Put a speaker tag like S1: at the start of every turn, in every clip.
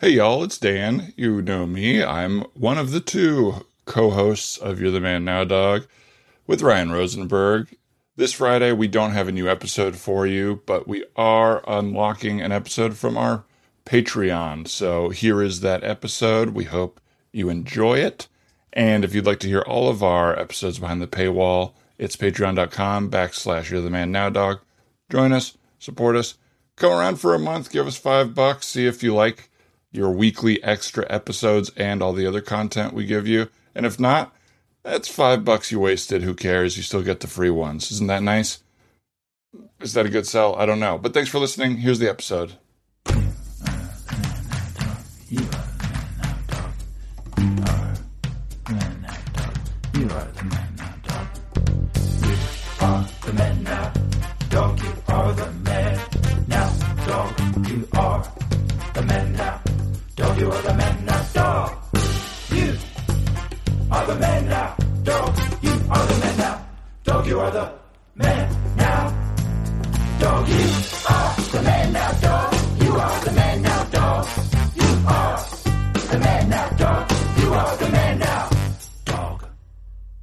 S1: Hey, y'all, it's Dan. You know me. I'm one of the two co hosts of You're the Man Now, Dog with Ryan Rosenberg. This Friday, we don't have a new episode for you, but we are unlocking an episode from our Patreon. So here is that episode. We hope you enjoy it. And if you'd like to hear all of our episodes behind the paywall, it's patreon.com backslash you're the man now dog. Join us, support us, come around for a month, give us five bucks, see if you like your weekly extra episodes and all the other content we give you. And if not, that's five bucks you wasted. Who cares? You still get the free ones. Isn't that nice? Is that a good sell? I don't know. But thanks for listening. Here's the episode.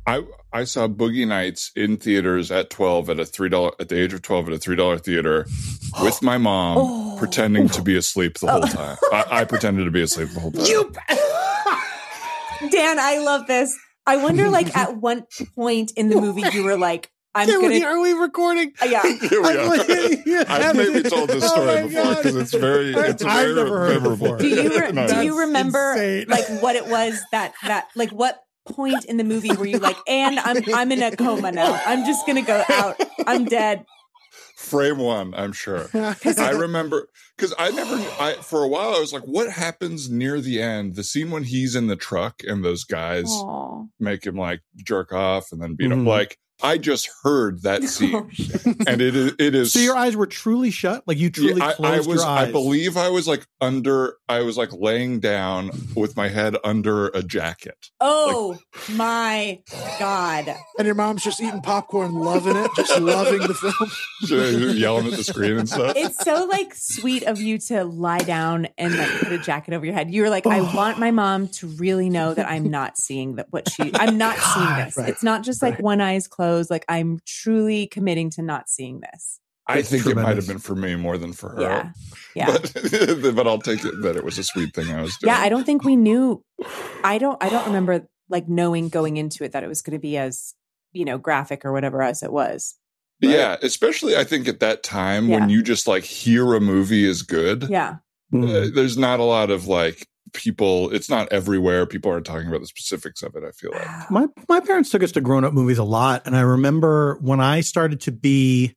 S1: I I saw Boogie Nights in theaters at twelve at a three dollar at the age of twelve at a three dollar theater with my mom pretending to be asleep the whole time. I, I pretended to be asleep the whole time.
S2: Dan, I love this. I wonder, like, at one point in the movie, you were like, I'm
S3: Can we-
S2: gonna,
S3: are we recording?
S2: uh, yeah.
S1: Here we
S3: I'm like-
S1: are. I've maybe told this
S3: Oh
S1: story
S3: my
S1: before
S3: God.
S1: because it's very
S3: I-
S1: it's
S3: I've
S1: very
S3: never heard it
S1: memorable.
S3: before.
S2: Do you re-
S1: No,
S2: do
S1: it's-
S2: you remember
S3: insane.
S2: like what it was that that like what point in the movie were you like, and I'm I'm in a coma now. I'm just gonna go out. I'm dead.
S1: frame one? I'm sure. I remember because I never. I for a while I was like, what happens near the end? The scene when he's in the truck and those guys
S2: Aw.
S1: make him like jerk off and then beat him.
S3: Mhm.
S1: Like I just heard that
S2: Oh,
S1: scene,
S2: shit.
S1: and it is it is.
S3: so your eyes were truly shut, like you truly
S1: Yeah, I, I
S3: closed
S1: was,
S3: your eyes.
S1: I believe, I was like under. I was like laying down with my head under a jacket.
S2: Oh my god.
S3: and your mom's just eating popcorn, loving it, just loving the film.
S1: yelling at the screen and stuff.
S2: It's so like sweet of you to lie down and like put a jacket over your head. You were like, I want my mom to really know that I'm not seeing that what she I'm not seeing this.
S3: Right,
S2: It's not just like
S3: right.
S2: one eye's closed. Like I'm truly committing to not seeing this.
S1: I
S3: It's
S1: think it might have
S3: tremendous.
S1: been for me more than for her.
S2: Yeah. Yeah.
S1: But, but I'll take it that it was a sweet thing I was doing.
S2: yeah, I don't think we knew I don't I don't remember like knowing going into it that it was gonna be as, you know, graphic or whatever as it was.
S1: Yeah, especially I think at that time when
S2: Yeah.
S1: you just like hear a movie is good.
S2: Yeah.
S1: uh, there's not a lot of like people. It's not everywhere. People aren't talking about the specifics of it. I feel like.
S3: My my parents took us to grown up movies a lot, and I remember when I started to be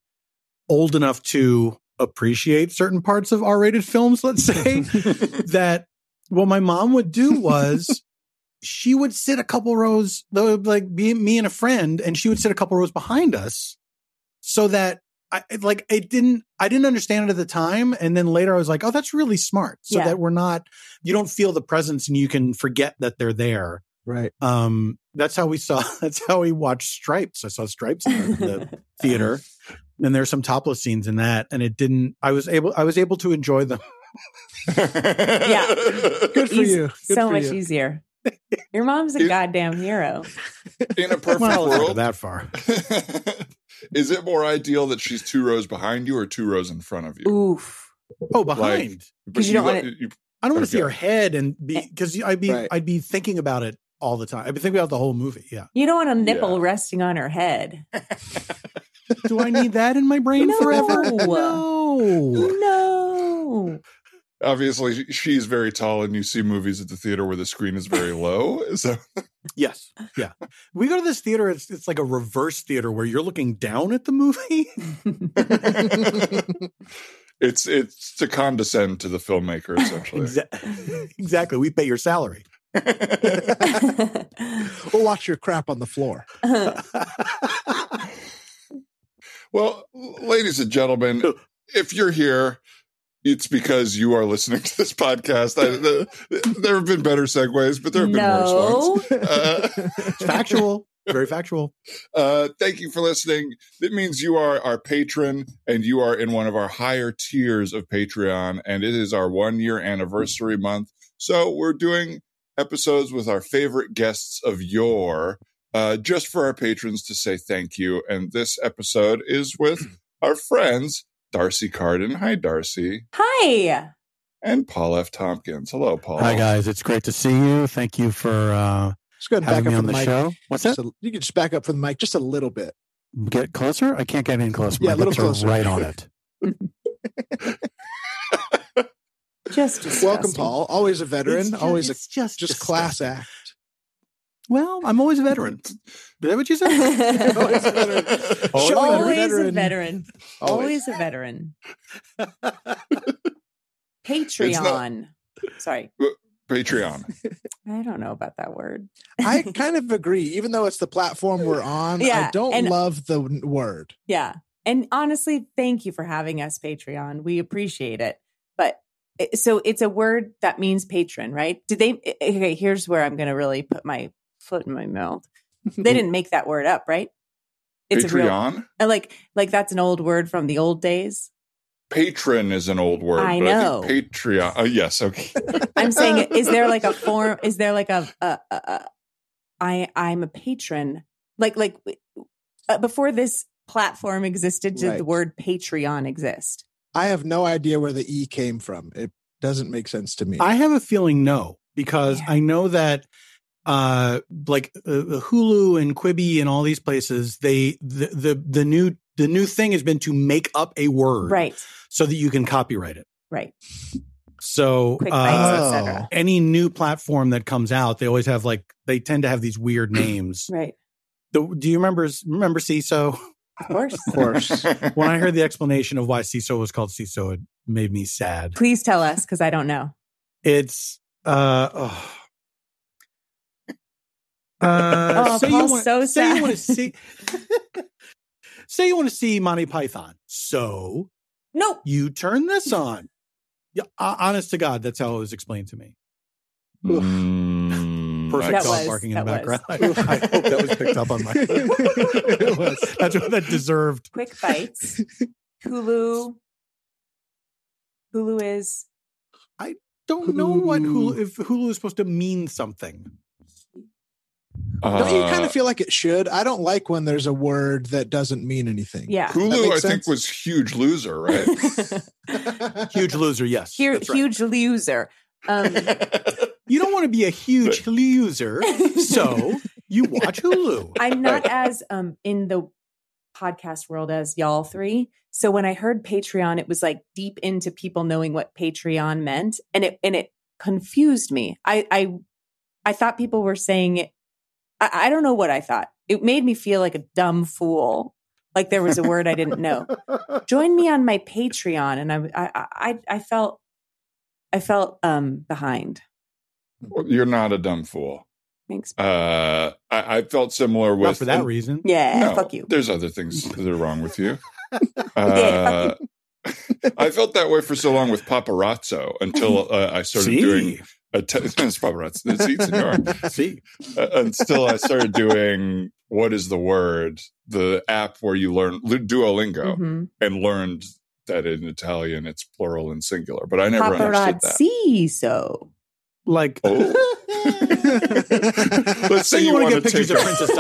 S3: old enough to appreciate certain parts of R rated films. Let's say that what my mom would do was she would sit a couple rows, though, like be me and a friend, and she would sit a couple rows behind us, so that. I it- like it didn't I didn't understand it at the time and then later I was like oh that's really smart so
S2: Yeah.
S3: that we're not you don't feel the presence and you can forget that they're there
S4: Right.
S3: um that's how we saw that's how we watched stripes i saw stripes in the theater and there's some topless scenes in that and it didn't i was able i was able to enjoy them
S1: yeah.
S3: good for
S2: Eas-
S3: you Good
S2: so
S3: for
S2: much
S3: you.
S2: easier. Your mom's a
S1: It-
S2: goddamn hero.
S1: In a perfect
S3: well, I'll go
S1: world,
S3: that far
S1: is it more ideal that she's two rows behind you or two rows in front of you?
S2: Oof.
S3: oh behind
S2: 'Cause you don't
S1: got-
S2: wanna-
S1: you-
S3: i don't want to see
S1: Okay.
S3: her head and
S2: Eh.
S3: be because i'd be
S4: Right.
S3: i'd be thinking about it all the time i'd be thinking about the whole movie yeah
S2: You don't want a nipple
S1: Yeah.
S2: resting on her head.
S3: do i need that in my brain
S2: No.
S3: forever no
S2: No.
S1: obviously she's very tall and you see movies at the theater where the screen is very low so
S3: yes yeah we go to this theater it's, it's like a reverse theater where you're looking down at the movie
S1: it's it's to condescend to the filmmaker essentially
S3: Exa- exactly we pay your salary
S4: We'll watch your crap on the floor.
S1: well ladies and gentlemen if you're here it's because you are listening to this podcast I, the, there have been better segues but there have been worse ones
S2: no.
S1: Uh,
S3: It's factual.
S4: Very factual.
S1: Uh, thank you for listening. That means you are our patron and you are in one of our higher tiers of Patreon, and it is our one year anniversary month. So we're doing episodes with our favorite guests of yore, uh, just for our patrons to say thank you. And this episode is with our friends, Darcy Carden. Hi, Darcy.
S2: Hi.
S1: And Paul F. Tompkins. Hello, Paul.
S5: Hi guys, it's great to see you. Thank you for uh,
S3: Just go ahead and
S5: having
S3: back
S5: me
S3: up for
S5: on
S3: the
S5: the,
S3: mic.
S5: show. What's that?
S3: Just a- you can just back up for the mic just a little bit.
S5: Get closer. I can't get any closer.
S3: Yeah,
S5: My
S3: a little
S5: lips
S3: closer.
S5: are Right on it.
S2: Just disgusting.
S3: Welcome, Paul. Always a veteran.
S4: It's ju-
S3: always a
S4: it's just,
S3: just
S4: disgusting.
S3: class act.
S4: Well, I'm always a veteran. Is that what you said?
S2: always
S3: Always a veteran.
S1: Always
S3: Showing
S1: a
S3: your
S2: a veteran.
S3: Always.
S2: Always a veteran.
S1: It's
S2: Patreon. Sorry.
S1: Patreon.
S2: I don't know about that word.
S3: I kind of agree. Even though it's the platform we're on, I
S2: Yeah,
S3: don't
S2: and-
S3: love the n- word.
S2: Yeah. And honestly, thank you for having us, Patreon. We appreciate it. But it- so it's a word that means patron, right? Did they? eh, Okay, here's where I'm going to really put my foot in my mouth. They didn't make that word up, right? It's a real,
S1: Patreon?
S2: and like, like that's an old word from the old days.
S1: Patron is an old word.
S2: I
S1: but
S2: know.
S1: think Patreon. Oh, yes. Okay.
S2: I'm saying, is there like a form? Is there like a, a, a, a I, I'm a patron. Like, like uh, before this platform existed, did
S3: Right.
S2: the word Patreon exist?
S3: I have no idea where the E came from. It doesn't make sense to me.
S4: I have a feeling no, because
S2: Yeah.
S4: I know that uh like uh, Hulu and Quibi and all these places they the, the the new the new thing has been to make up a word
S2: Right,
S4: so that you can copyright it.
S2: right.
S4: So
S2: Quick
S4: uh,
S2: bites,
S3: Oh.
S2: etc.
S4: any new platform that comes out, they always have like they tend to have these weird names.
S2: Right.
S4: The, do you remember remember CISO?
S2: Of course.
S3: of course.
S4: When I heard the explanation of why CISO was called CISO, it made me sad.
S2: Please tell us because I don't know.
S4: It's uh oh. Uh,
S2: Oh,
S4: say you
S2: Paul's
S4: want,
S2: so
S4: say you
S2: sad.
S4: want to see say you want to see Monty Python. So
S2: Nope.
S4: you turn this on. Yeah, ho- honest to God, that's how it was explained to me.
S1: Mm,
S4: Perfect
S2: That
S4: dog
S2: was-
S4: barking in the
S2: that
S4: background.
S2: was.
S4: I, hope that was picked up on my. it was. That's what that deserved.
S2: Quick bites. Hulu. Hulu is
S4: Don't know what Hulu if Hulu is supposed to mean something.
S3: Don't you kind
S1: Uh,
S3: of feel like it should? I don't like when there's a word that doesn't mean anything.
S2: yeah.
S3: That
S1: Hulu,
S3: makes
S1: I think,
S3: sense.
S1: was huge loser, right?
S4: Huge loser, yes.
S2: Here,
S4: That's right.
S2: huge loser. Um,
S4: You don't want to be a huge loser, so you watch Hulu.
S2: I'm not as um in the podcast world as y'all three. So when I heard Patreon, it was like deep into people knowing what Patreon meant, and it and it confused me. I I I thought people were saying it. I, I don't know what I thought. It made me feel like a dumb fool. Like there was a word I didn't know. Join me on my Patreon, and I I I, I felt I felt um behind.
S1: Well, You're not a dumb fool.
S2: Thanks.
S1: Uh, I, I felt similar with
S4: Not for that reason.
S2: Yeah,
S1: No,
S2: Eh, fuck you.
S1: There's other things that are wrong with you. Uh, I felt that way for so long with paparazzo until uh, I started doing a te- it's paparazzo. See, senor.
S4: See.
S1: Uh, until I started doing what is the word? The app where you learn Lu- Duolingo
S2: Mhm.
S1: and learned that in Italian it's plural and singular, but I never understood
S2: Paparazzi. So
S4: Like,
S1: Oh, that. Let's
S4: say
S1: say
S4: you, want to
S1: wanna
S4: get pictures of
S1: take a-
S4: Princess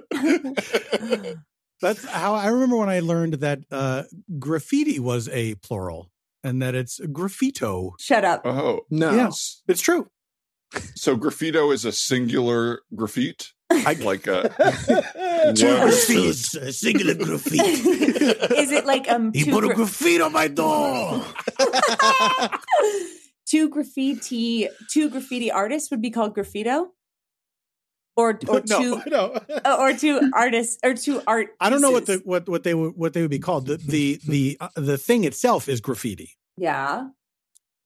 S4: Diana. That's how I remember when I learned that uh, graffiti was a plural and that it's graffito.
S2: shut up.
S1: oh,
S3: No.
S4: Yeah. It's true.
S1: so graffito is a singular graffite,
S4: I
S1: like a
S4: Two
S1: Wow.
S4: graffitis, a singular graffiti.
S2: Is it like um
S4: He
S2: two,
S4: put a
S2: gra-
S4: graffiti on my door.
S2: two graffiti two graffiti artists would be called graffito? Or or two
S4: no.
S2: uh, or two artists or two art.
S4: I don't know what the
S2: pieces.
S4: what what they would what they would be called. The the the uh, the thing itself is graffiti.
S2: yeah.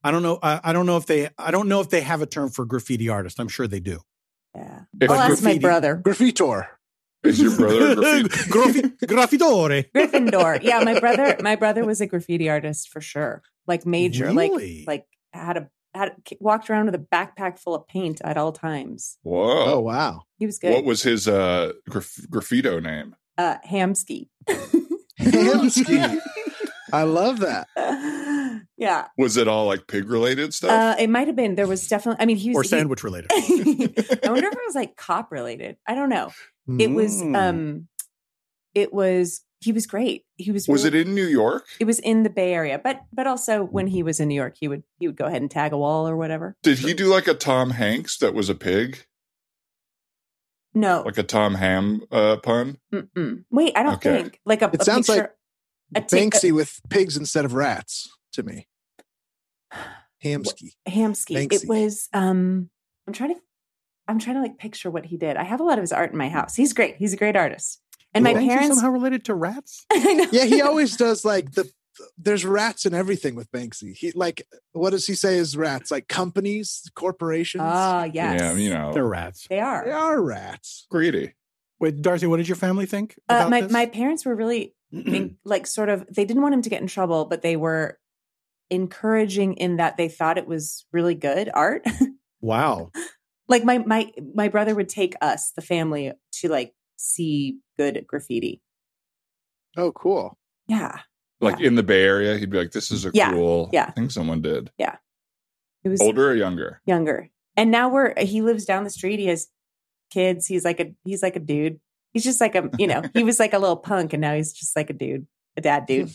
S4: I don't know. I, I don't know if they. I don't know if they have a term for graffiti artist. I'm sure they do.
S2: Yeah.
S1: If
S2: I'll ask my
S4: graffiti-
S2: brother.
S3: Graffitor.
S1: is your brother a graffiti?
S4: Graffi- Graffitore.
S2: Gryffindor. Yeah, my brother my brother was a graffiti artist for sure. Like major. Like
S4: Really?
S2: like had a had walked around with a backpack full of paint at all times.
S1: Whoa.
S3: Oh wow.
S2: He was good.
S1: What was his uh, graf- graffito name?
S2: uh, Hamsky.
S3: Hamsky. I love that.
S2: yeah.
S1: Was it all like pig related stuff?
S2: Uh, it might have been. There was definitely. I mean, he was.
S4: Oh. or
S2: he-
S4: sandwich related.
S2: I wonder if it was like cop related. I don't know. It was.
S5: Mm.
S2: Um, it was. He was great. He was.
S1: was it
S2: really-
S1: in New York?
S2: It was in the Bay Area, but but also when he was in New York, he would he would go ahead and tag a wall or whatever.
S1: Did he do like a Tom Hanks that was a pig?
S2: No.
S1: Like a Tom Ham uh, pun?
S2: Mm-mm. Wait, I don't
S1: Okay.
S2: think like a.
S3: It
S2: a
S3: sounds like
S2: picture- a ti-
S3: Banksy with pigs instead of rats to me. Hamsky.
S2: Hamsky. It
S3: Banksy.
S2: was um I'm trying to I'm trying to like picture what he did. I have a lot of his art in my house. He's great. He's a great artist. And my
S3: Well,
S5: Banksy
S2: parents
S5: somehow related to rats.
S2: I know.
S3: Yeah, he always does like the there's rats in everything with Banksy. He like what does he say is rats? Like companies, corporations.
S2: Oh yes.
S1: Yeah, you know,
S5: They're rats.
S2: They
S3: they
S2: are. Uh,
S3: are rats.
S1: greedy.
S5: Wait, Darcy, what did your family think?
S2: Uh,
S5: About
S2: my
S5: this?
S2: my parents were really in- like sort of they didn't want him to get in trouble, but they were encouraging in that they thought it was really good art.
S4: Wow.
S2: like my my my brother would take us, the family, to like see good graffiti.
S3: Oh, cool.
S2: Yeah.
S1: Like in the Bay Area, he'd be like, this is a
S2: Yeah,
S1: cool
S2: yeah.
S1: thing someone did.
S2: It was
S1: Older or younger?
S2: younger. And now we're he lives down the street. He has kids. He's like a he's like a dude. He's just like a you know he was like a little punk, and now he's just like a dude, a dad dude.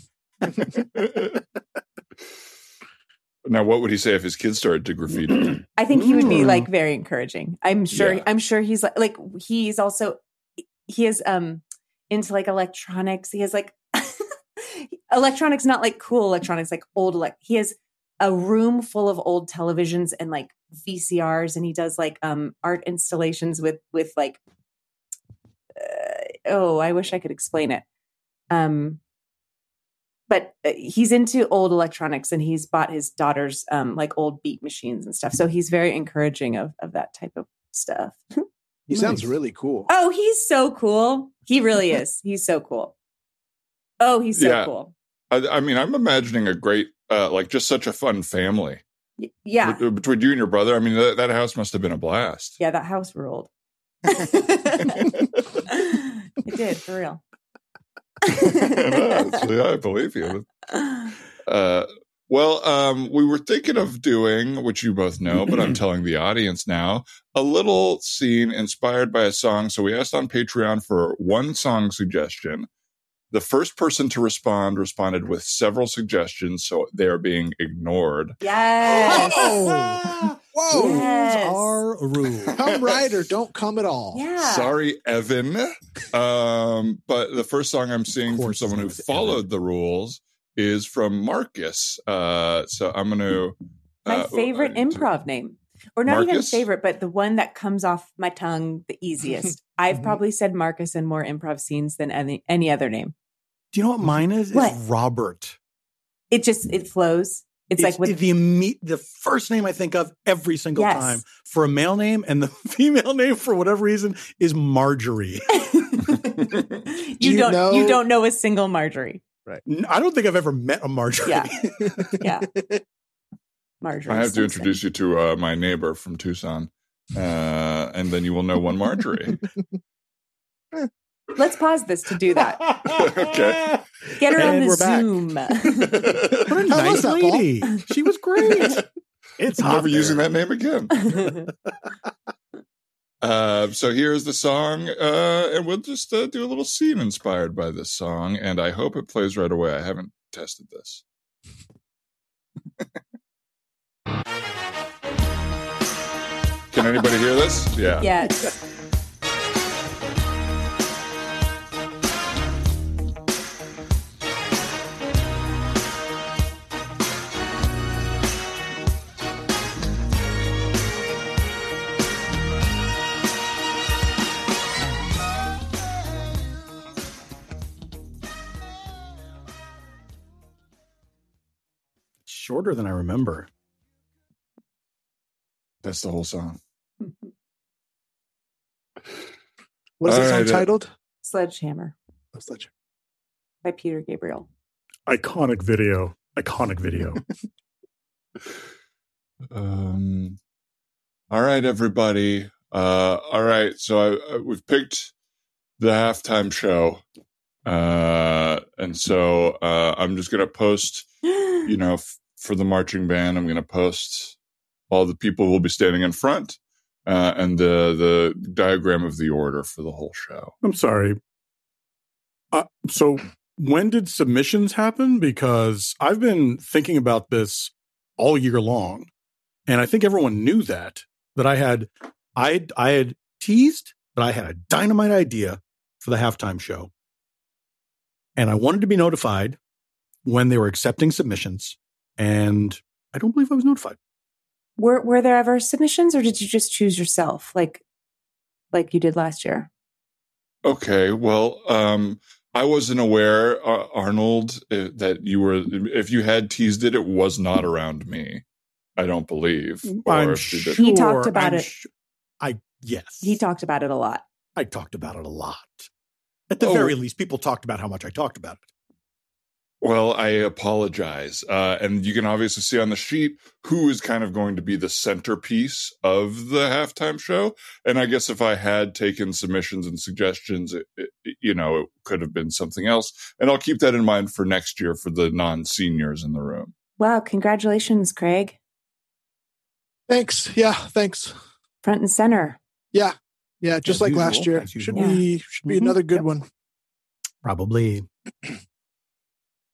S1: now, what would he say if his kids started to graffiti?
S2: I think he would be
S5: Ooh.
S2: like very encouraging. I'm sure.
S1: Yeah.
S2: I'm sure he's like like he's also he is um into like electronics. He has like electronics, not like cool electronics, like old like he has a room full of old televisions and like VCRs, and he does like um art installations with with like uh, oh, I wish I could explain it. Um, but uh, he's into old electronics and he's bought his daughter's um, like old beat machines and stuff. So he's very encouraging of of that type of stuff.
S3: He sounds really cool.
S2: Oh, he's so cool. He really is. He's so cool. Oh, he's so
S1: Yeah.
S2: cool.
S1: I, I mean, I'm imagining a great, uh, like just such a fun family.
S2: Y- yeah.
S1: Bet- Between you and your brother, I mean, that, that house must have been a blast.
S2: Yeah, that house ruled. it did, for real.
S1: No, it's- I believe you. Uh, well, um, we were thinking of doing, which you both know, but I'm telling the audience now, a little scene inspired by a song. So we asked on Patreon for one song suggestion. The first person to respond responded with several suggestions, so they are being ignored.
S2: yes.
S4: Oh. Whoa.
S2: Yes.
S4: Rules are rules.
S3: Come right or don't come at all.
S2: Yeah.
S1: Sorry, Evan. Um, but the first song I'm seeing from
S4: course
S1: someone
S4: it
S1: who
S4: was
S1: followed
S4: Evan.
S1: the rules is from Marcus. Uh, so I'm going to.
S2: My
S1: uh,
S2: favorite
S1: uh,
S2: improv name. Or not even
S1: Marcus?
S2: favorite, but the one that comes off my tongue the easiest.
S1: Mm-hmm.
S2: I've probably said Marcus in more improv scenes than any, any other name.
S5: Do you know what mine is? It's
S2: What?
S5: Robert.
S2: It just it flows. It's, like with
S5: the imme- the first name I think of every single
S2: Yes.
S5: time for a male name, and the female name for whatever reason is Marjorie.
S2: you,
S3: you
S2: don't
S3: know-
S2: you don't know a single Marjorie.
S5: N- I don't think I've ever met a Marjorie.
S2: Yeah. Yeah. Marjorie.
S1: I have to
S2: Simpson.
S1: introduce you to uh, my neighbor from Tucson, uh, and then you will know one Marjorie.
S2: Let's pause this to do that.
S1: Okay.
S2: Get her on
S5: And
S2: the
S5: we're back.
S2: Zoom.
S5: What a
S3: How was
S5: nice
S3: that, Paul?
S5: lady. She was great. It's
S1: I'm
S5: hot
S1: never using
S5: there.
S1: that name again. Uh, so here's the song, uh, and we'll just uh, do a little scene inspired by this song, and I hope it plays right away. I haven't tested this. Can anybody hear this? Yeah.
S2: yes.
S5: Shorter than I remember.
S1: That's the whole song.
S3: What is
S1: All
S3: this
S1: right, uh,
S3: titled?
S2: Sledgehammer by Peter Gabriel.
S5: Iconic video. Iconic video.
S1: Um, all right, everybody. Uh, all right, so I, I, we've picked the halftime show, uh, and so uh, I'm just gonna post. You know, f- for the marching band, I'm gonna post all the people who will be standing in front uh, and the the diagram of the order for the whole show.
S5: I'm sorry. Uh, so when did submissions happen? Because I've been thinking about this all year long, and I think everyone knew that that I had I I had teased that I had a dynamite idea for the halftime show, and I wanted to be notified when they were accepting submissions, and I don't believe I was notified.
S2: Were were there ever submissions, or did you just choose yourself, like like you did last year?
S1: Okay, well, um, I wasn't aware, uh, Arnold, uh, that you were. If you had teased it, it was not around me. I don't believe.
S3: Mm,
S1: Or
S5: I'm
S1: if you did-
S5: sure-
S2: He talked about
S5: I'm
S2: it.
S5: su- I yes,
S2: He talked about it a lot.
S5: I talked about it a lot. At the
S1: Oh.
S5: very least, people talked about how much I talked about it.
S1: Well, I apologize. Uh, and you can obviously see on the sheet who is kind of going to be the centerpiece of the halftime show. And I guess if I had taken submissions and suggestions, it, it, you know, it could have been something else. And I'll keep that in mind for next year for the non seniors in the room.
S2: Wow! Congratulations, Craig.
S3: Thanks. Yeah, thanks.
S2: Front and center.
S3: Yeah. Yeah, just
S5: As
S3: like
S5: usual,
S3: last year.
S5: as
S3: Should
S5: usual. Mm-hmm.
S3: be should be
S2: Mhm.
S3: another good
S5: Yep.
S3: one.
S5: Probably.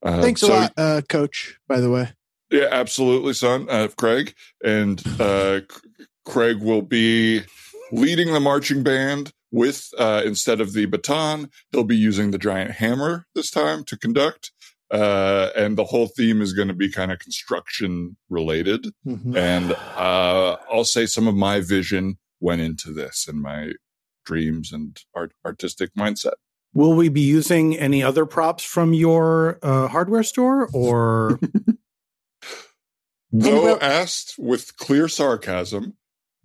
S1: Uh,
S3: Thanks a
S1: so-
S3: lot, uh, coach, by the way.
S1: Yeah, absolutely, son. Uh, Craig and uh, C- Craig will be leading the marching band with uh, instead of the baton, he'll be using the giant hammer this time to conduct. Uh, and the whole theme is going to be kind of construction related.
S3: Mhm.
S1: And uh, I'll say some of my vision went into this and my dreams and art- artistic mindset.
S4: Will we be using any other props from your uh, hardware store or
S1: Though
S2: will-
S1: asked with clear sarcasm,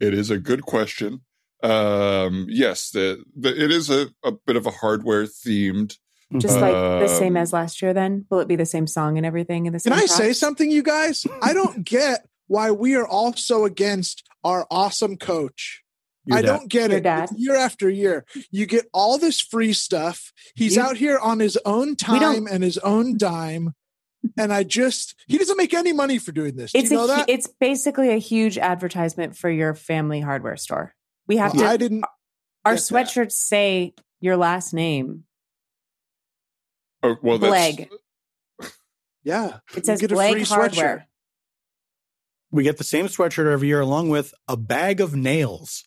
S1: it is a good question. Um, yes, the, the it is a, a bit of a hardware themed.
S2: Just like the
S1: Um,
S2: same as last year. Then will it be the same song and everything? And the same
S3: Can I
S2: props?
S3: say something, you guys? I don't get why we are all so against our awesome coach.
S5: Your
S3: I
S5: dad.
S3: don't get
S2: Your
S3: it.
S2: dad.
S3: It's Year after year, you get all this free stuff. He's
S2: You-
S3: out here on his own
S2: don't-
S3: time and his own dime. And I just, he doesn't make any money for doing this. Do
S2: It's
S3: you know
S2: a, hu-
S3: that?
S2: it's basically a huge advertisement for your family hardware store. We have
S3: Well,
S2: to.
S3: I didn't.
S2: our
S3: get that.
S2: sweatshirts say your last name.
S1: Oh, well, that's
S2: Bleg.
S3: Yeah.
S2: It says
S3: get a
S2: Blake
S3: free
S2: Hardware.
S4: we get the same sweatshirt every year along with a bag of nails?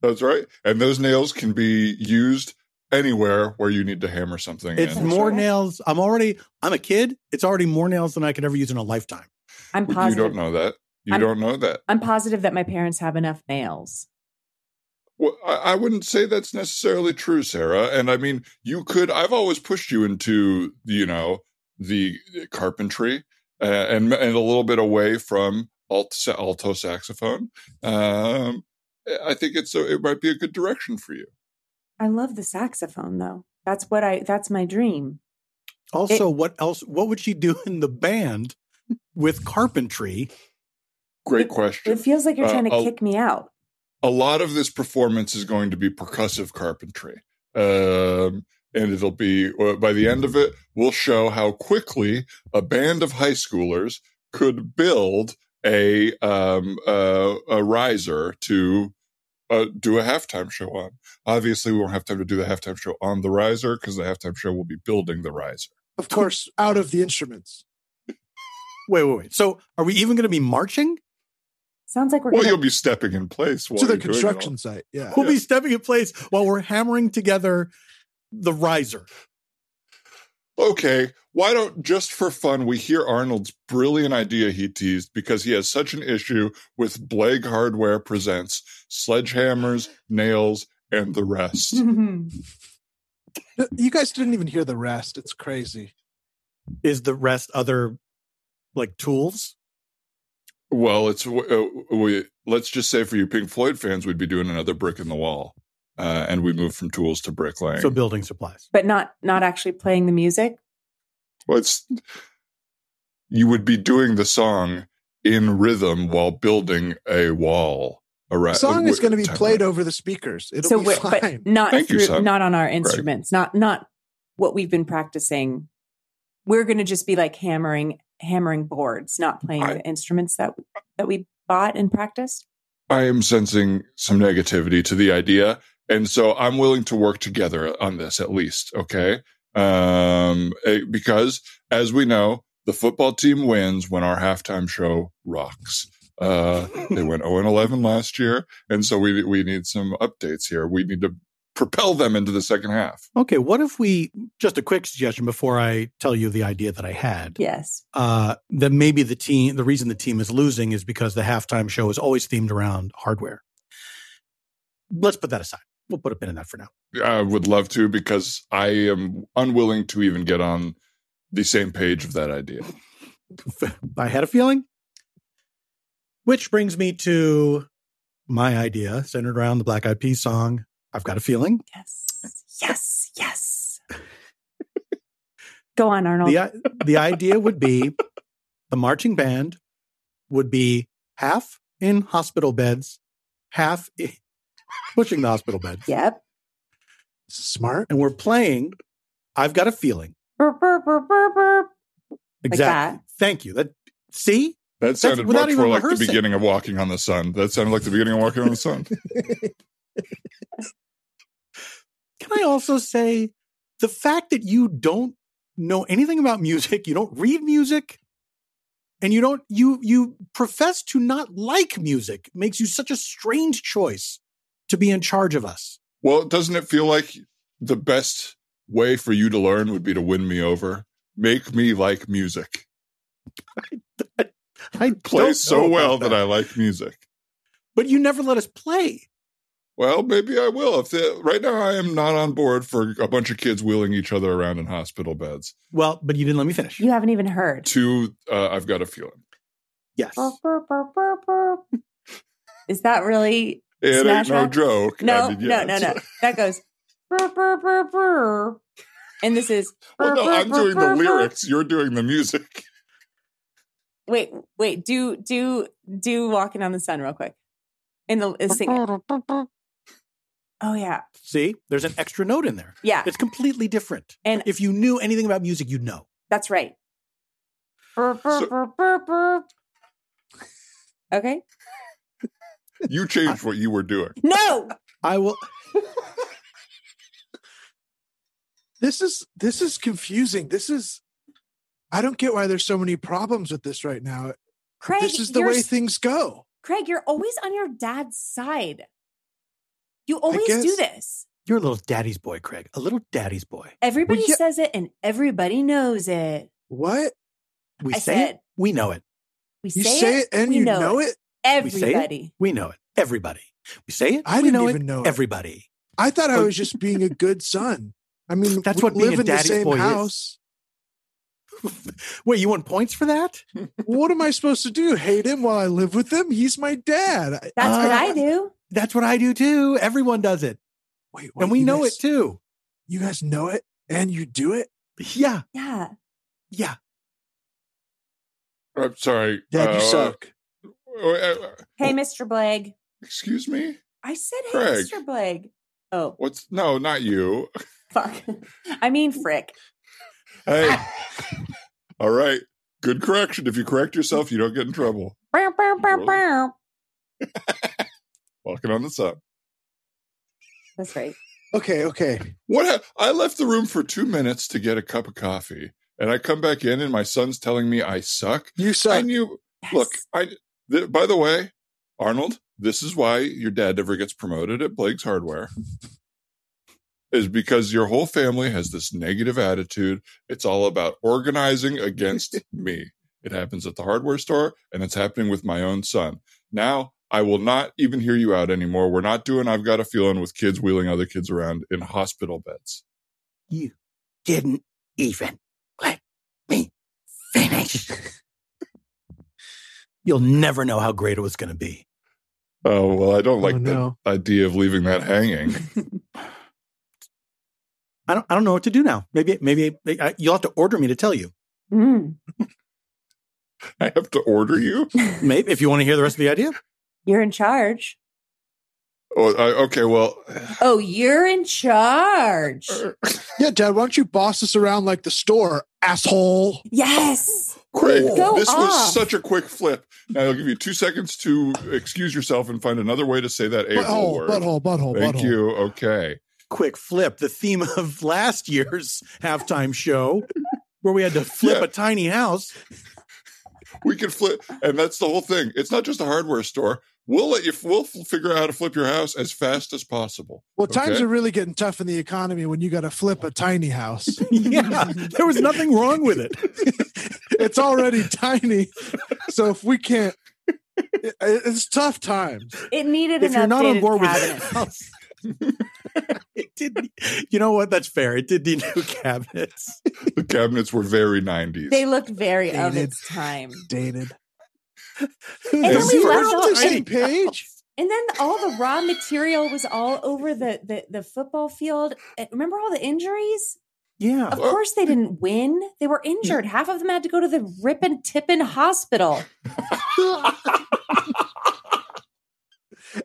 S1: that's right. And those nails can be used anywhere where you need to hammer something.
S4: It's
S1: in.
S4: more
S2: Sure.
S4: nails. I'm already I'm a kid. It's already more nails than I could ever use in a lifetime.
S2: I'm
S1: you don't
S2: positive.
S1: know that. You
S2: I'm-
S1: don't know that.
S2: I'm positive that my parents have enough nails.
S1: Well, I, I wouldn't say that's necessarily true, Sarah. And I mean, you could. I've always pushed you into, you know, the carpentry uh, and and a little bit away from alt, sa- alto saxophone. Um, I think it's a, it might be a good direction for you.
S2: I love the saxophone though. That's what I that's my dream.
S4: Also, what else what would she do in the band with carpentry?
S1: Great question.
S2: It feels like you're
S1: Uh,
S2: trying to
S1: I'll-
S2: kick me out.
S1: a lot of this performance is going to be percussive carpentry. Um, and it'll be, uh, by the end of it, we'll show how quickly a band of high schoolers could build a, um, uh, a riser to uh, do a halftime show on. Obviously, we won't have time to do the halftime show on the riser because the halftime show will be building the riser.
S3: Of course, out of the instruments.
S4: Wait, wait, wait. So are we even gonna be marching?
S2: Sounds like we're
S1: Well,
S2: gonna
S1: you'll be stepping in place while
S3: to the
S1: you're doing it all.
S3: construction site. Yeah.
S4: We'll be stepping in place while we're hammering together the riser.
S1: okay, why don't just for fun we hear Arnold's brilliant idea he teased because he has such an issue with Blague Hardware presents sledgehammers, nails, and the rest.
S3: You guys didn't even hear the rest. It's crazy.
S4: Is the rest other like tools?
S1: well, it's uh, we, let's just say for you Pink Floyd fans, we'd be doing another brick in the wall, uh, and we move from tools to bricklaying.
S4: So building supplies.
S2: but not not actually playing the music.
S1: Well, it's you would be doing the song in rhythm while building a wall around.
S3: song is going to be
S1: timeline.
S3: played over the speakers. It'll
S2: so
S3: be
S2: we're-
S3: fine.
S2: but not
S1: Thank you,
S2: through,
S1: Sam.
S2: not on our instruments, not not what we've been practicing. We're going to just be like hammering hammering boards, not playing
S1: I-
S2: the instruments that that we bought and practiced.
S1: I am sensing some negativity to the idea, and so I'm willing to work together on this at least. Okay, um, eh, because as we know, the football team wins when our halftime show rocks. Uh, they went 0 and 11 last year, and so we we need some updates here. We need to propel them into the second half.
S4: Okay, what if we just a quick suggestion before I tell you the idea that I had?
S2: Yes.
S4: Uh, that maybe the team, the reason the team is losing is because the halftime show is always themed around hardware. Let's put that aside. We'll put a pin in that for now.
S1: I would love to because I am unwilling to even get on the same page of that idea.
S4: I had a feeling. Which brings me to my idea centered around the Black Eyed Peas song. I've got a feeling.
S2: Yes. Yes. Yes. Go on, Arnold.
S4: the i- the idea would be the marching band would be half in hospital beds, half i- pushing the hospital beds,
S2: Yep.
S3: Smart.
S4: and we're playing. I've got a feeling.
S2: Burp, burp, burp, burp, burp.
S4: Exactly.
S2: that.
S4: Thank you. That see,
S1: That sounded
S4: without
S1: much
S4: even
S1: more like the
S4: rehearsing.
S1: beginning of Walking on the Sun. That sounded like the beginning of Walking on the Sun.
S4: can I also say the fact that you don't know anything about music, you don't read music, and you don't you you profess to not like music makes you such a strange choice to be in charge of us.
S1: Well, doesn't it feel like the best way for you to learn would be to win me over? Make me like music. Play
S4: I don't know
S1: so
S4: about
S1: well that. I like music.
S4: but you never let us play.
S1: Well, maybe I will. If the, right now I am not on board for a bunch of kids wheeling each other around in hospital beds.
S4: Well, but you didn't let me finish.
S2: You haven't even heard.
S1: Two, uh, I've got a feeling.
S4: Yes.
S2: Burp, burp, burp, burp, burp. Is that really
S1: It
S2: Smash
S1: ain't no
S2: mouth?
S1: joke. I
S2: No,
S1: mean, yeah,
S2: no, no,
S1: it's-
S2: no. That goes. Burr, burr, burr, burr. And this is.
S1: Well, no,
S2: burr,
S1: I'm
S2: burr,
S1: doing the
S2: burr, burr.
S1: lyrics. You're doing the music.
S2: Wait, wait. Do do do walking on the sun real quick. And the uh, sing. it. Oh yeah,
S4: See, there's an extra note in there.
S2: yeah.
S4: It's completely different.
S2: And-
S4: if you knew anything about music, you'd know.
S2: That's right. Burr, burr,
S1: So-
S2: burr, burr, burr. Okay.
S1: You changed what you were doing.
S2: No.
S4: I will.
S3: This is this is confusing. This is I don't get why there's so many problems with this right now.
S2: Craig,
S3: this is the
S2: you're,
S3: way
S2: s-
S3: things go.
S2: Craig, you're always on your dad's side. You always do
S3: guess-
S2: this.
S4: You're a little daddy's boy, Craig. A little daddy's boy.
S2: Everybody
S3: yeah.
S2: says it and everybody knows it.
S3: What?
S4: We
S2: I
S4: say
S2: said-
S4: it. We know it.
S2: We say,
S3: You say it, and
S2: we
S3: you know, it.
S4: We say it.
S2: Everybody.
S4: We know it. Everybody. We say it.
S3: I
S4: we
S3: didn't
S4: know
S3: even
S4: it.
S3: know it.
S4: Everybody.
S3: I thought I
S4: Oh.
S3: was just being a good son. I mean,
S4: That's
S3: we
S4: what being
S3: live
S4: a
S3: in the
S4: daddy's
S3: same
S4: boy is.
S3: house.
S4: Wait, you want points for that?
S3: What am I supposed to do? Hate him while I live with him? He's my dad. I-
S2: That's what I
S4: Ah.
S3: Uh,
S2: do.
S4: That's what I do too. Everyone does it,
S3: Wait,
S4: and we know it
S3: too.
S4: too.
S3: You guys know it, and you do it.
S4: Yeah.
S2: Yeah.
S4: Yeah.
S1: I'm sorry.
S3: Dad,
S1: Uh,
S3: you suck.
S1: uh, uh,
S2: Hey, Mr. Blagg.
S1: excuse me?
S2: I said, hey,
S1: Craig.
S2: Mr. Blagg. Oh,
S1: What's no, not you.
S2: fuck. I mean, frick.
S1: Hey. All right. Good correction. If you correct yourself, you don't get in trouble.
S2: Bow, bow, bow, bow.
S1: Walking on the sun.
S2: That's right.
S3: Okay, okay.
S1: What ha- I left the room for 2 minutes to get a cup of coffee and I come back in and my son's telling me I suck.
S3: You
S1: I
S3: suck.
S1: knew
S2: Yes.
S1: Look, I th- by the way, Arnold, this is why your dad never gets promoted at Blake's Hardware. Is because your whole family has this negative attitude. It's all about organizing against me. It happens at the hardware store and it's happening with my own son. Now, I will not even hear you out anymore. We're not doing I've got a feeling with kids wheeling other kids around in hospital beds.
S4: You didn't even let me finish. You'll never know how great it was going to be.
S1: Oh, well, I don't like
S3: oh,
S1: the
S3: no.
S1: idea of leaving that hanging.
S4: I don't. I don't know what to do now. Maybe. Maybe I, you'll have to order me to tell you.
S2: Mm.
S1: I have to order you.
S4: Maybe if you want to hear the rest of the idea.
S2: You're in charge.
S1: Oh, I, okay. Well,
S2: Oh, you're in charge.
S4: Er.
S3: Yeah, Dad, why don't you boss us around like the store, asshole?
S2: Yes.
S1: quick.
S4: Oh,
S2: Go
S1: this
S2: off.
S1: was such a quick flip. Now I'll give you two seconds to excuse yourself and find another way to say that a hole
S3: Butthole,
S1: word.
S3: butthole, butthole,
S1: Thank
S3: butthole.
S1: you. Okay.
S4: Quick flip, the theme of last year's halftime show, where we had to flip
S1: Yeah.
S4: a tiny house.
S1: We can flip, and that's the whole thing. It's not just a hardware store. We'll let you. We'll f- figure out how to flip your house as fast as possible.
S3: Well, times
S1: Okay.
S3: are really getting tough in the economy when you got to flip a tiny house.
S4: yeah, there was nothing wrong with it.
S3: it's already tiny. So if we can't, it- it's tough times.
S2: It needed
S4: if
S2: an
S4: you're not on board with
S2: cabinet.
S4: the house. It did. You know what? That's fair. It did need new cabinets.
S1: The cabinets were very nineties.
S2: They looked very of
S3: Dated.
S2: its time.
S3: Dated.
S4: And
S1: then we
S2: left
S3: on the
S2: off-
S3: same page.
S2: And then all the raw material was all over the the, the football field. Uh, Remember all the injuries?
S4: Yeah.
S2: Of course they didn't win. They were injured. Half of them had to go to the rip and tippin hospital.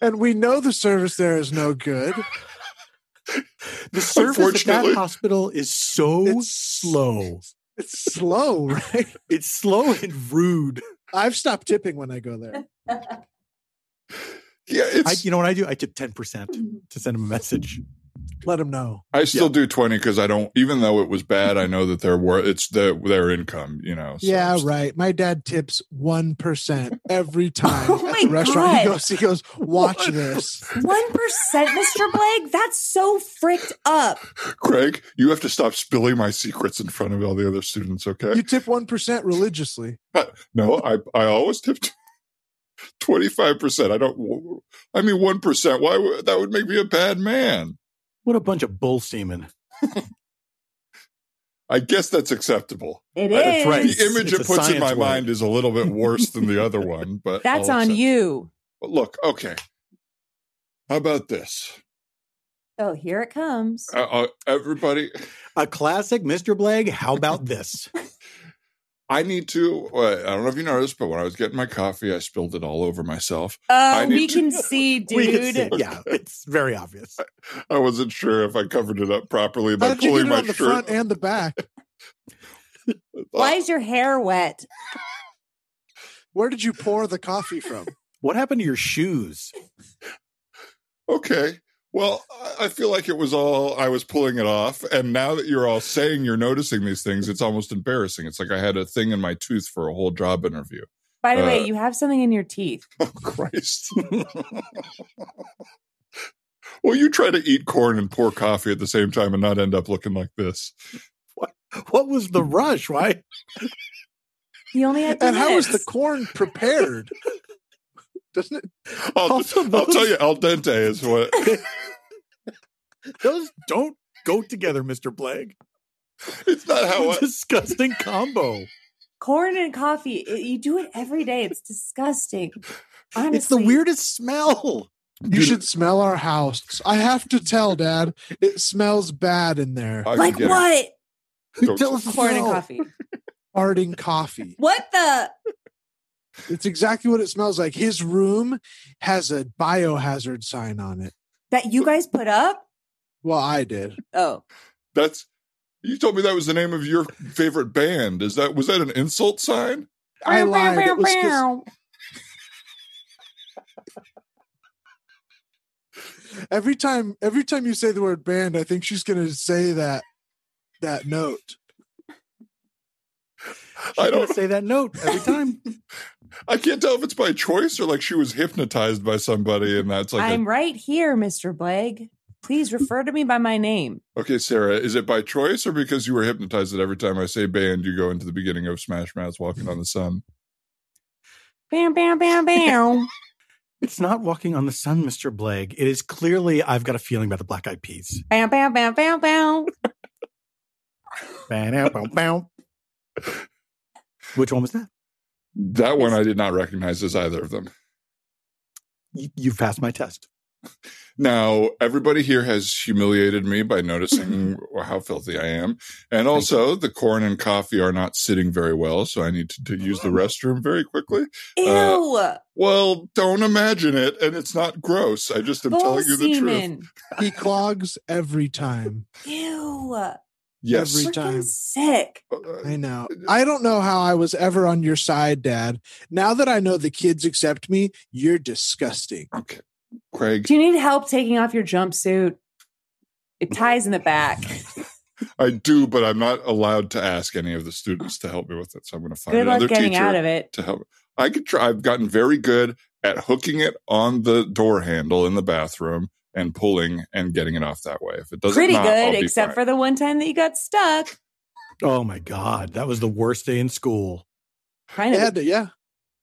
S3: And we know the service there is no good.
S4: The surface at
S1: Unfortunately.
S4: that hospital is so
S3: It's-
S4: slow.
S3: It's slow, right?
S4: It's slow and rude.
S3: I've stopped tipping when I go there.
S1: yeah,
S4: I,
S1: it's.
S4: you know what I do? I tip 10% to send him a message.
S3: Let them know.
S1: I still do twenty because I don't. Even though it was bad, I know that there were. It's their their income. You know. so
S3: Yeah,
S1: it's-
S3: right. My dad tips one percent every time
S2: Oh
S3: at the
S2: my
S3: restaurant. He
S2: God.
S3: goes, he goes, watch this.
S2: One percent, Mr. Blake. That's so fricked up.
S1: Craig, you have to stop spilling my secrets in front of all the other students. Okay.
S3: You tip one percent religiously.
S1: No, I I always tip twenty five percent. I don't. I mean one percent. Why would that would make me a bad man?
S4: What a bunch of bull semen.
S1: I guess that's acceptable.
S2: It is.
S1: That's
S4: right.
S1: the image it
S4: It's a
S1: puts in
S4: science
S1: my
S4: word.
S1: mind is a little bit worse than the other one, but
S2: That's
S1: I'll
S2: on
S1: accept-
S2: you.
S1: But look, okay. How about this?
S2: Oh, here it comes.
S1: Uh, uh, everybody,
S4: A classic Mr. Blagg. How about this?
S1: I need to. Uh, I don't know if you noticed, but when I was getting my coffee, I spilled it all over myself.
S2: Oh,
S1: I need
S2: we
S1: to-
S2: can see,
S4: We can
S2: dude.
S4: see- yeah, it's very obvious.
S1: I wasn't sure if I covered it up properly
S3: How
S1: by
S3: did you get
S1: pulling
S3: it
S1: my
S3: on the
S1: shirt.
S3: front and the back?
S2: Why is your hair wet?
S3: Where did you pour the coffee from?
S4: What happened to your shoes?
S1: Okay. Well, I- I feel like it was all I was pulling it off. And now that you're all saying you're noticing these things, it's almost embarrassing. It's like I had a thing in my tooth for a whole job interview.
S2: By the
S1: Uh,
S2: way, you have something in your teeth.
S1: Oh, Christ. well, you try to eat corn and pour coffee at the same time and not end up looking like this.
S4: What was the rush? Why?
S2: You only have two
S3: And how was the
S2: minutes.
S3: corn prepared? Doesn't it?
S1: I'll,
S4: Also,
S1: I'll
S4: those-
S1: tell you, al dente is what.
S4: Those don't go together, Mr. Blagg.
S1: It's not how I.
S4: disgusting combo.
S2: corn and coffee? it- you do it every day. It's disgusting. Honestly,
S4: It's the weirdest smell.
S3: You should smell our house. I have to tell Dad, it smells bad in there.
S1: I
S2: Like
S1: get it.
S2: what?
S1: Don't-
S4: Tell us the
S2: Corn and
S4: smell.
S2: coffee.
S3: Farting coffee.
S2: What the?
S3: It's exactly what it smells like. His room has a biohazard sign on it.
S2: That you guys put up?
S3: Well, I did.
S2: Oh,
S1: That's. You told me that was the name of your favorite band. Is that was that an insult sign?
S3: I lied. It was 'cause- every time, every time you say the word band, I think she's gonna say that that note.
S1: I
S4: I
S1: don't
S4: don't say that note every time.
S1: I can't tell if it's by choice or like she was hypnotized by somebody, and that's like, a-
S2: I'm right here, Mr. Blake. Please refer to me by my name.
S1: okay, Sarah, is it by choice or because you were hypnotized that every time I say band, you go into the beginning of Smash Mouth's Walking on the Sun?
S2: Bam, bam, bam, bam.
S4: it's not walking on the sun, Mr. Blagg. It is clearly I've got a feeling about the black eyed peas.
S2: bam, bam, bam, bam, bam.
S4: Bow, bow, bow. Which one was that?
S1: That one I did not recognize as either of them.
S4: You, you passed my test.
S1: Now, everybody here has humiliated me by noticing how filthy I am. And also, the corn and coffee are not sitting very well, so I need to, to use the restroom very quickly.
S2: Ew.
S1: Well, don't imagine it, and it's not gross. I just am
S2: bull
S1: telling you the truth.
S2: semen.
S3: He clogs every time.
S2: Ew.
S1: Yes.
S3: Every
S2: Freaking
S3: time.
S2: sick.
S1: Uh,
S3: I know. I don't know how I was ever on your side, Dad. Now that I know the kids accept me, you're disgusting.
S1: okay. Craig,
S2: Do you need help taking off your jumpsuit? It ties in the back.
S1: I do, but I'm not allowed to ask any of the students to help me with it. So I'm going to find
S2: Good luck
S1: another
S2: getting
S1: teacher
S2: out of it.
S1: to help. I could try. I've gotten very good at hooking it on the door handle in the bathroom and pulling and getting it off that way. If it doesn't,
S2: Pretty
S1: not, I'll
S2: good,
S1: be
S2: except
S1: fine.
S2: for the one time that you got stuck.
S4: Oh my God. That was the worst day in school.
S2: Kind
S3: They
S2: of,
S3: had to, yeah.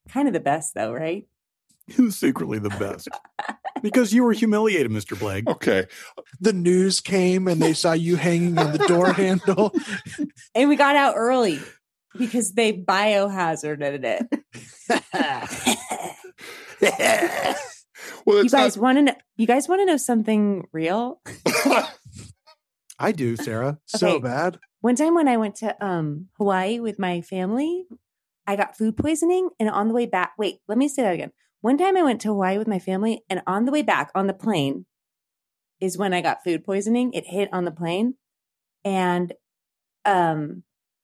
S2: kind of the best though, right?
S4: He was secretly the best. because you were humiliated, Mr. Blake.
S1: okay.
S3: The news came and they saw you hanging on the door handle.
S2: And we got out early because they biohazarded it.
S1: Well,
S2: you
S1: it's
S2: guys want to know? You guys want to know something real?
S1: not.
S4: I do, Sarah.
S3: So
S2: Okay.
S3: bad.
S2: One time when I went to um, Hawaii with my family, I got food poisoning. And on the way back, wait, let me say that again. One time I went to Hawaii with my family, and on the way back on the plane is when I got food poisoning. It hit on the plane, and um,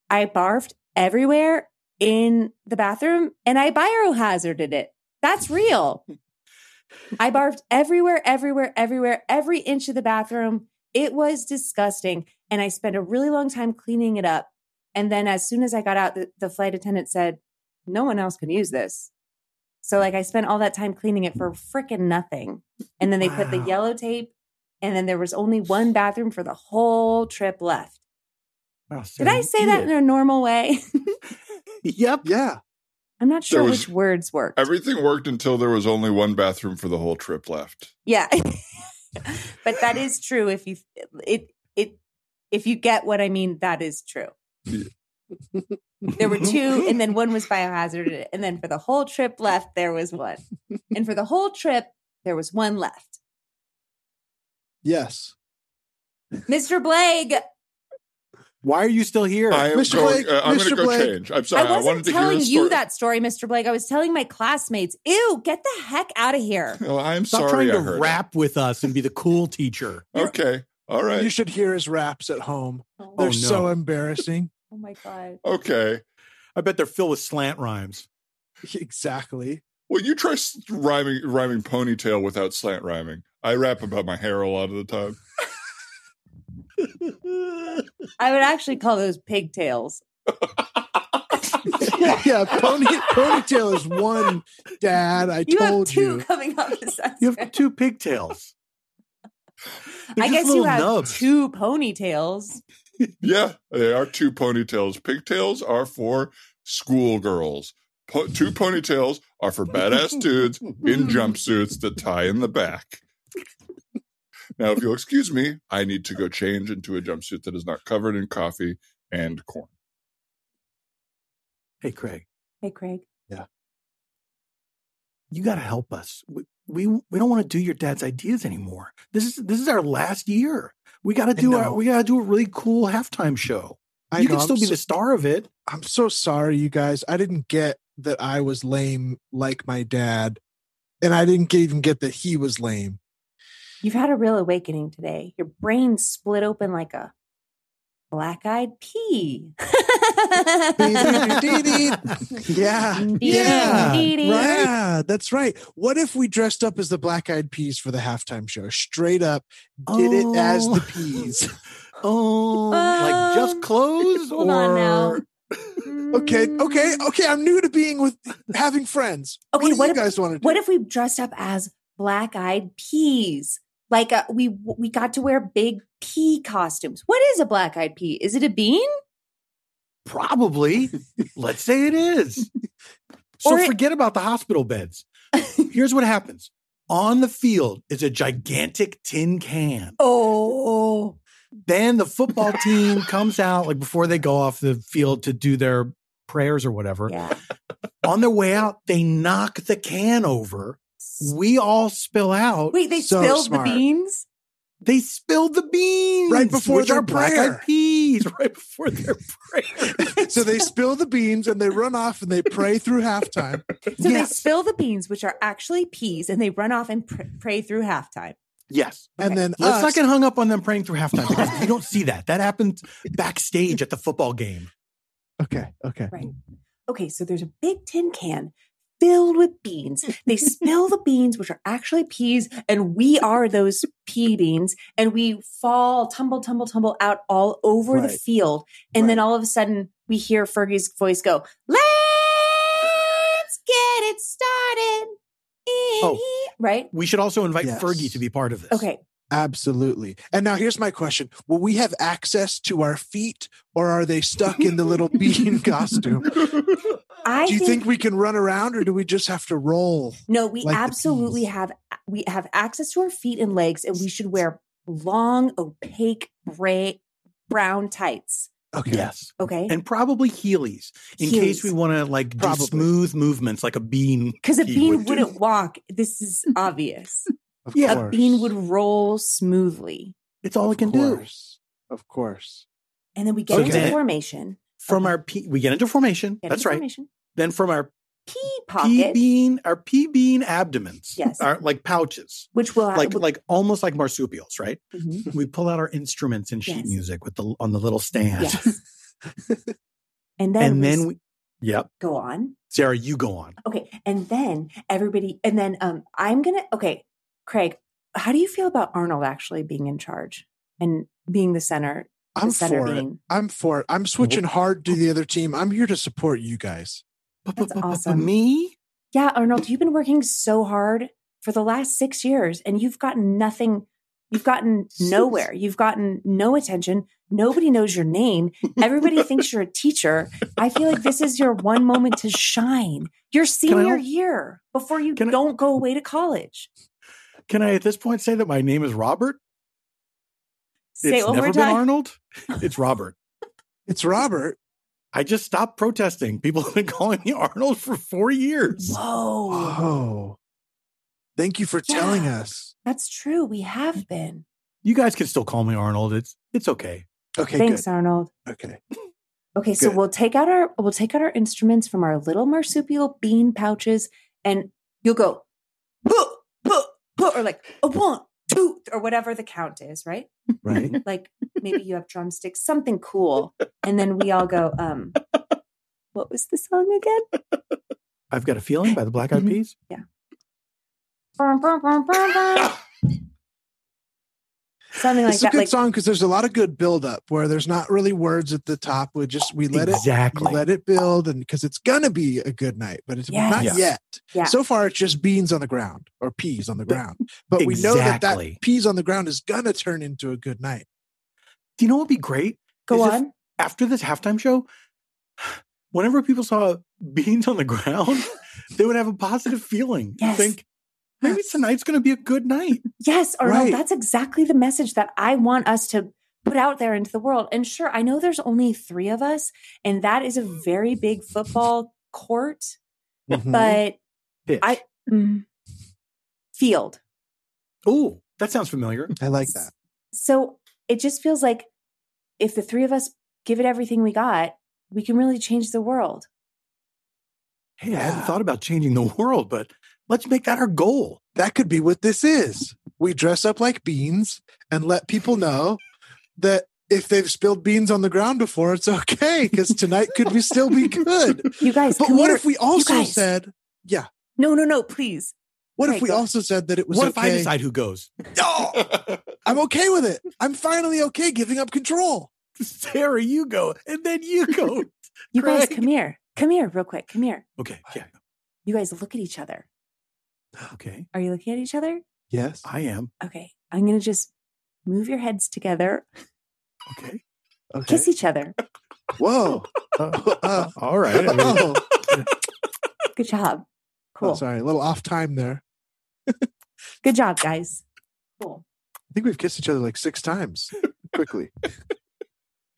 S2: I barfed everywhere in the bathroom, and I biohazarded it. That's real. I barfed everywhere, everywhere, everywhere, every inch of the bathroom. It was disgusting. And I spent a really long time cleaning it up. And then as soon as I got out, the, the flight attendant said, No one else can use this. So, like, I spent all that time cleaning it for freaking nothing. And then they put the
S3: Wow.
S2: yellow tape, and then there was only one bathroom for the whole trip left.
S4: Wow,
S2: Did
S4: Sarah,
S2: I
S4: you
S2: say that in
S4: did.
S2: a normal way?
S4: Yep.
S3: Yeah.
S2: I'm not sure
S1: was-
S2: which words worked.
S1: Everything worked until there was only one bathroom for the whole trip left.
S2: Yeah. but that is true if you it it if you get what I mean, that is true.
S1: Yeah.
S2: There were two, and then one was biohazard, and then for the whole trip left, there was one. And for the whole trip, there was one left.
S3: Yes.
S2: Mr. Blake,
S4: Why are you still here?
S1: I am
S3: Mr.
S1: going,
S3: Blake,
S1: uh, I'm going to
S3: Mr.
S1: go
S3: Blake.
S1: change. I'm sorry.
S2: I
S1: I, wanted
S2: wasn't
S1: to hear
S2: telling
S1: a
S2: you
S1: story.
S2: that story, Mr. Blake. I was telling my classmates, ew, get the heck out of here.
S1: Well, Oh, I'm
S4: Stop
S1: sorry. I
S4: trying to
S1: heard it.
S4: rap with us and be the cool teacher.
S1: Okay. All
S3: You
S1: right.
S3: should hear his raps at home.
S2: Oh,
S3: They're
S4: no.
S3: so embarrassing.
S2: oh my God.
S1: Okay.
S4: I bet they're filled with slant rhymes.
S3: exactly.
S1: Well, you try s- rhyming rhyming ponytail without slant rhyming. I rap about my hair a lot of the time.
S2: I would actually call those pigtails.
S3: yeah. Pony, ponytail is one, Dad. I
S2: You have
S3: told
S2: two
S3: you.
S2: coming up this
S4: You have two pigtails. They're
S2: I
S4: just
S2: guess you
S4: little
S2: have
S4: nubs.
S2: two ponytails.
S1: Yeah, they are two ponytails. Pigtails are for schoolgirls. Po- two ponytails are for badass dudes in jumpsuits that tie in the back. Now, if you'll excuse me, I need to go change into a jumpsuit that is not covered in coffee and corn.
S4: Hey, Craig,
S2: Hey, Craig.
S4: you got to help us. We, we we don't want to do your dad's ideas anymore. This is this is our last year. We got to do our,
S3: know.
S4: we got to do a really cool halftime show.
S3: I
S4: you
S3: know,
S4: can still
S3: I'm
S4: be
S3: so-
S4: the star of it.
S3: I'm so sorry, you guys. I didn't get that I was lame like my dad, and I didn't get- even get that he was lame.
S2: You've had a real awakening today. Your brain split open like a black eyed pea.
S3: yeah.
S4: Yeah,
S3: Yeah, that's right. What if we dressed up as the Black Eyed Peas for the halftime show? Straight up, did it as
S4: Oh.
S3: the peas.
S4: Oh, like
S2: Um,
S4: just clothes
S2: hold
S4: or
S2: on now.
S3: Okay, okay, okay. I'm new to being with having friends.
S2: Okay,
S3: what do
S2: what
S3: you
S2: if-
S3: guys want to do?
S2: What if we dressed up as black eyed peas? Like uh, we we got to wear big pea costumes. What is a black eyed pea? Is it a bean?
S4: Probably. Let's say it is. So
S2: Or it-
S4: forget about the hospital beds. Here's what happens. On the field is a gigantic tin can.
S2: Oh,
S4: Then the football team comes out like before they go off the field to do their prayers or whatever.
S2: yeah.
S4: On their way out, they knock the can over we all spill out.
S2: Wait, they
S3: So
S2: spilled
S3: smart.
S2: the beans?
S4: They spilled the beans
S3: Right before
S4: which
S3: their
S4: are black
S3: prayer.
S4: eyed peas. Right before their prayer.
S3: So they spill the beans and they run off and they pray through halftime.
S2: So
S4: Yes.
S2: they spill the beans, which are actually peas, and they run off and pr- pray through halftime.
S4: yes.
S3: And then
S4: Let's not
S3: us,
S4: get hung up on them praying through halftime. because you don't see that. That happened backstage at the football game.
S3: okay, okay.
S2: Right. Okay, so there's a big tin can filled with beans. They spill the beans, which are actually peas, and we are those pea beans, and we fall, tumble, tumble, tumble out all over the
S3: Right.
S2: field. And then
S3: Right.
S2: all of a sudden, we hear Fergie's voice go, Let's get it started. in
S4: Oh.
S2: here." Right?
S4: We should also invite
S3: Yes.
S4: Fergie to be part of this.
S2: Okay.
S3: Absolutely. And now here's my question. Will we have access to our feet or are they stuck in the little bean costume?
S2: I
S3: Do you think we can run around or do we just have to roll?
S2: No, we
S3: like the
S2: absolutely
S3: peas.
S2: have we have access to our feet and legs, and we should wear long, opaque, gray, brown tights.
S3: Okay.
S4: Yes.
S2: Okay,
S4: And probably Heelys in
S2: Heelys.
S4: case we want to like do
S3: Probably.
S4: smooth movements like a bean.
S2: because a
S4: pea
S2: bean
S4: would do.
S2: wouldn't walk. This is obvious.
S3: Of
S4: Yeah.
S2: a bean would roll smoothly,
S4: It's all it can do.
S3: do. Of course.
S2: and then we get
S4: Okay.
S2: into formation.
S4: From our pea, we get into formation.
S2: Get
S4: That's
S2: into
S4: right.
S2: Formation.
S4: Then from our
S2: Pea
S4: pea
S2: pocket,
S4: bean, our pea bean abdomens.
S2: Yes.
S4: Our, like pouches.
S2: which will
S4: Like like almost like marsupials, right?
S2: Mhm.
S4: We pull out our instruments in sheet
S2: Yes.
S4: music with the on the little stand.
S2: yes, and then
S4: And
S2: we
S4: then
S2: s-
S4: we Yep.
S2: go on.
S4: Sarah, you go on.
S2: Okay. And then everybody, and then um, I'm going to, okay, Craig, how do you feel about Arnold actually being in charge and being the center, the
S3: I'm
S2: center
S3: for it.
S2: being?
S3: I'm for it. I'm switching hard to the other team. I'm here to support you guys.
S2: That's
S4: B-b-b-b-b-
S2: awesome.
S4: Me?
S2: Yeah, Arnold, you've been working so hard for the last six years and you've gotten nothing. You've gotten nowhere. You've gotten no attention. Nobody knows your name. Everybody thinks you're a teacher. I feel like this is your one moment to shine. Your senior
S4: al-
S2: year before you
S4: Can I-
S2: don't go away to college.
S4: Can I at this point say that my name is Robert?
S2: Say
S4: it's
S2: it one
S4: never
S2: more
S4: been
S2: time.
S4: Arnold. It's Robert.
S3: It's Robert.
S4: I just stopped protesting. People have been calling me Arnold for four years.
S2: Whoa.
S3: Oh. Thank you for telling
S2: Yeah.
S3: us.
S2: That's true. We have been.
S4: You guys can still call me Arnold. It's it's okay.
S3: Okay,
S2: Thanks, Arnold.
S3: good. Okay.
S2: Okay, so
S3: Good.
S2: we'll take out our we'll take out our instruments from our little marsupial bean pouches, and you'll go, puh, puh, puh, or like a one, two, or whatever the count is, right?
S3: Right.
S2: Like maybe you have drumsticks, something cool, and then we all go, um, what was the song again?
S4: I've got a feeling by the Black Eyed
S2: Mhm.
S4: Peas.
S2: Brum, brum, brum, brum, brum. something like
S3: it's
S2: that.
S3: a good
S2: Like
S3: song because there's a lot of good build up where there's not really words at the top. We just we let it
S4: exactly.
S3: we let it build and because it's gonna be a good night, but it's not
S2: Yes.
S3: yet.
S2: Yeah.
S3: So far it's just beans on the ground or peas on the
S4: That-
S3: ground. But we know that
S4: Exactly.
S3: that peas on the ground is gonna turn into a good night.
S4: Do you know what would be great?
S2: go
S4: Is if-
S2: on.
S4: After this halftime show, whenever people saw beans on the ground, they would have a positive feeling.
S2: Yes.
S4: Think maybe tonight's going to be a good night.
S2: Yes, Arnold,
S3: Right.
S2: that's exactly the message that I want us to put out there into the world. And sure, I know there's only three of us, and that is a very big football court,
S4: Mm-hmm.
S3: Mm-hmm.
S2: but
S4: Pitch.
S2: I- mm, field.
S4: Ooh, that sounds familiar.
S3: I like that.
S2: So it just feels like if the three of us give it everything we got, we can really change the world.
S4: Hey, I haven't
S3: Yeah.
S4: thought about changing the world, but let's make that our goal.
S3: That could be what this is. We dress up like beans and let people know that if they've spilled beans on the ground before, it's okay because tonight could be still be good.
S2: You guys,
S3: But
S2: can
S3: what
S2: we-
S3: if we also
S2: guys.
S3: said, "Yeah"?
S2: No, no, no, please.
S3: What
S2: Okay,
S3: if we
S2: go.
S3: also said that it was
S4: What if I
S3: okay?
S4: decide who goes?
S1: Oh,
S3: I'm okay with it. I'm finally okay giving up control.
S4: Sarah, you go, and then you go.
S2: You guys,
S4: Craig.
S2: come here. Come here, real quick. Come here.
S4: okay, yeah,
S2: You guys, look at each other.
S4: okay.
S2: Are you looking at each other?
S3: Yes.
S4: I am.
S2: Okay, I'm going to just move your heads together,
S4: Okay.
S3: Okay.
S2: kiss each other.
S3: Whoa.
S4: Uh,
S3: Uh,
S4: all right. I mean,
S3: oh,
S2: Good job. Cool.
S3: oh, sorry, a little off time there.
S2: Good job, guys. Cool.
S3: I think we've kissed each other like six times. Quickly.
S2: I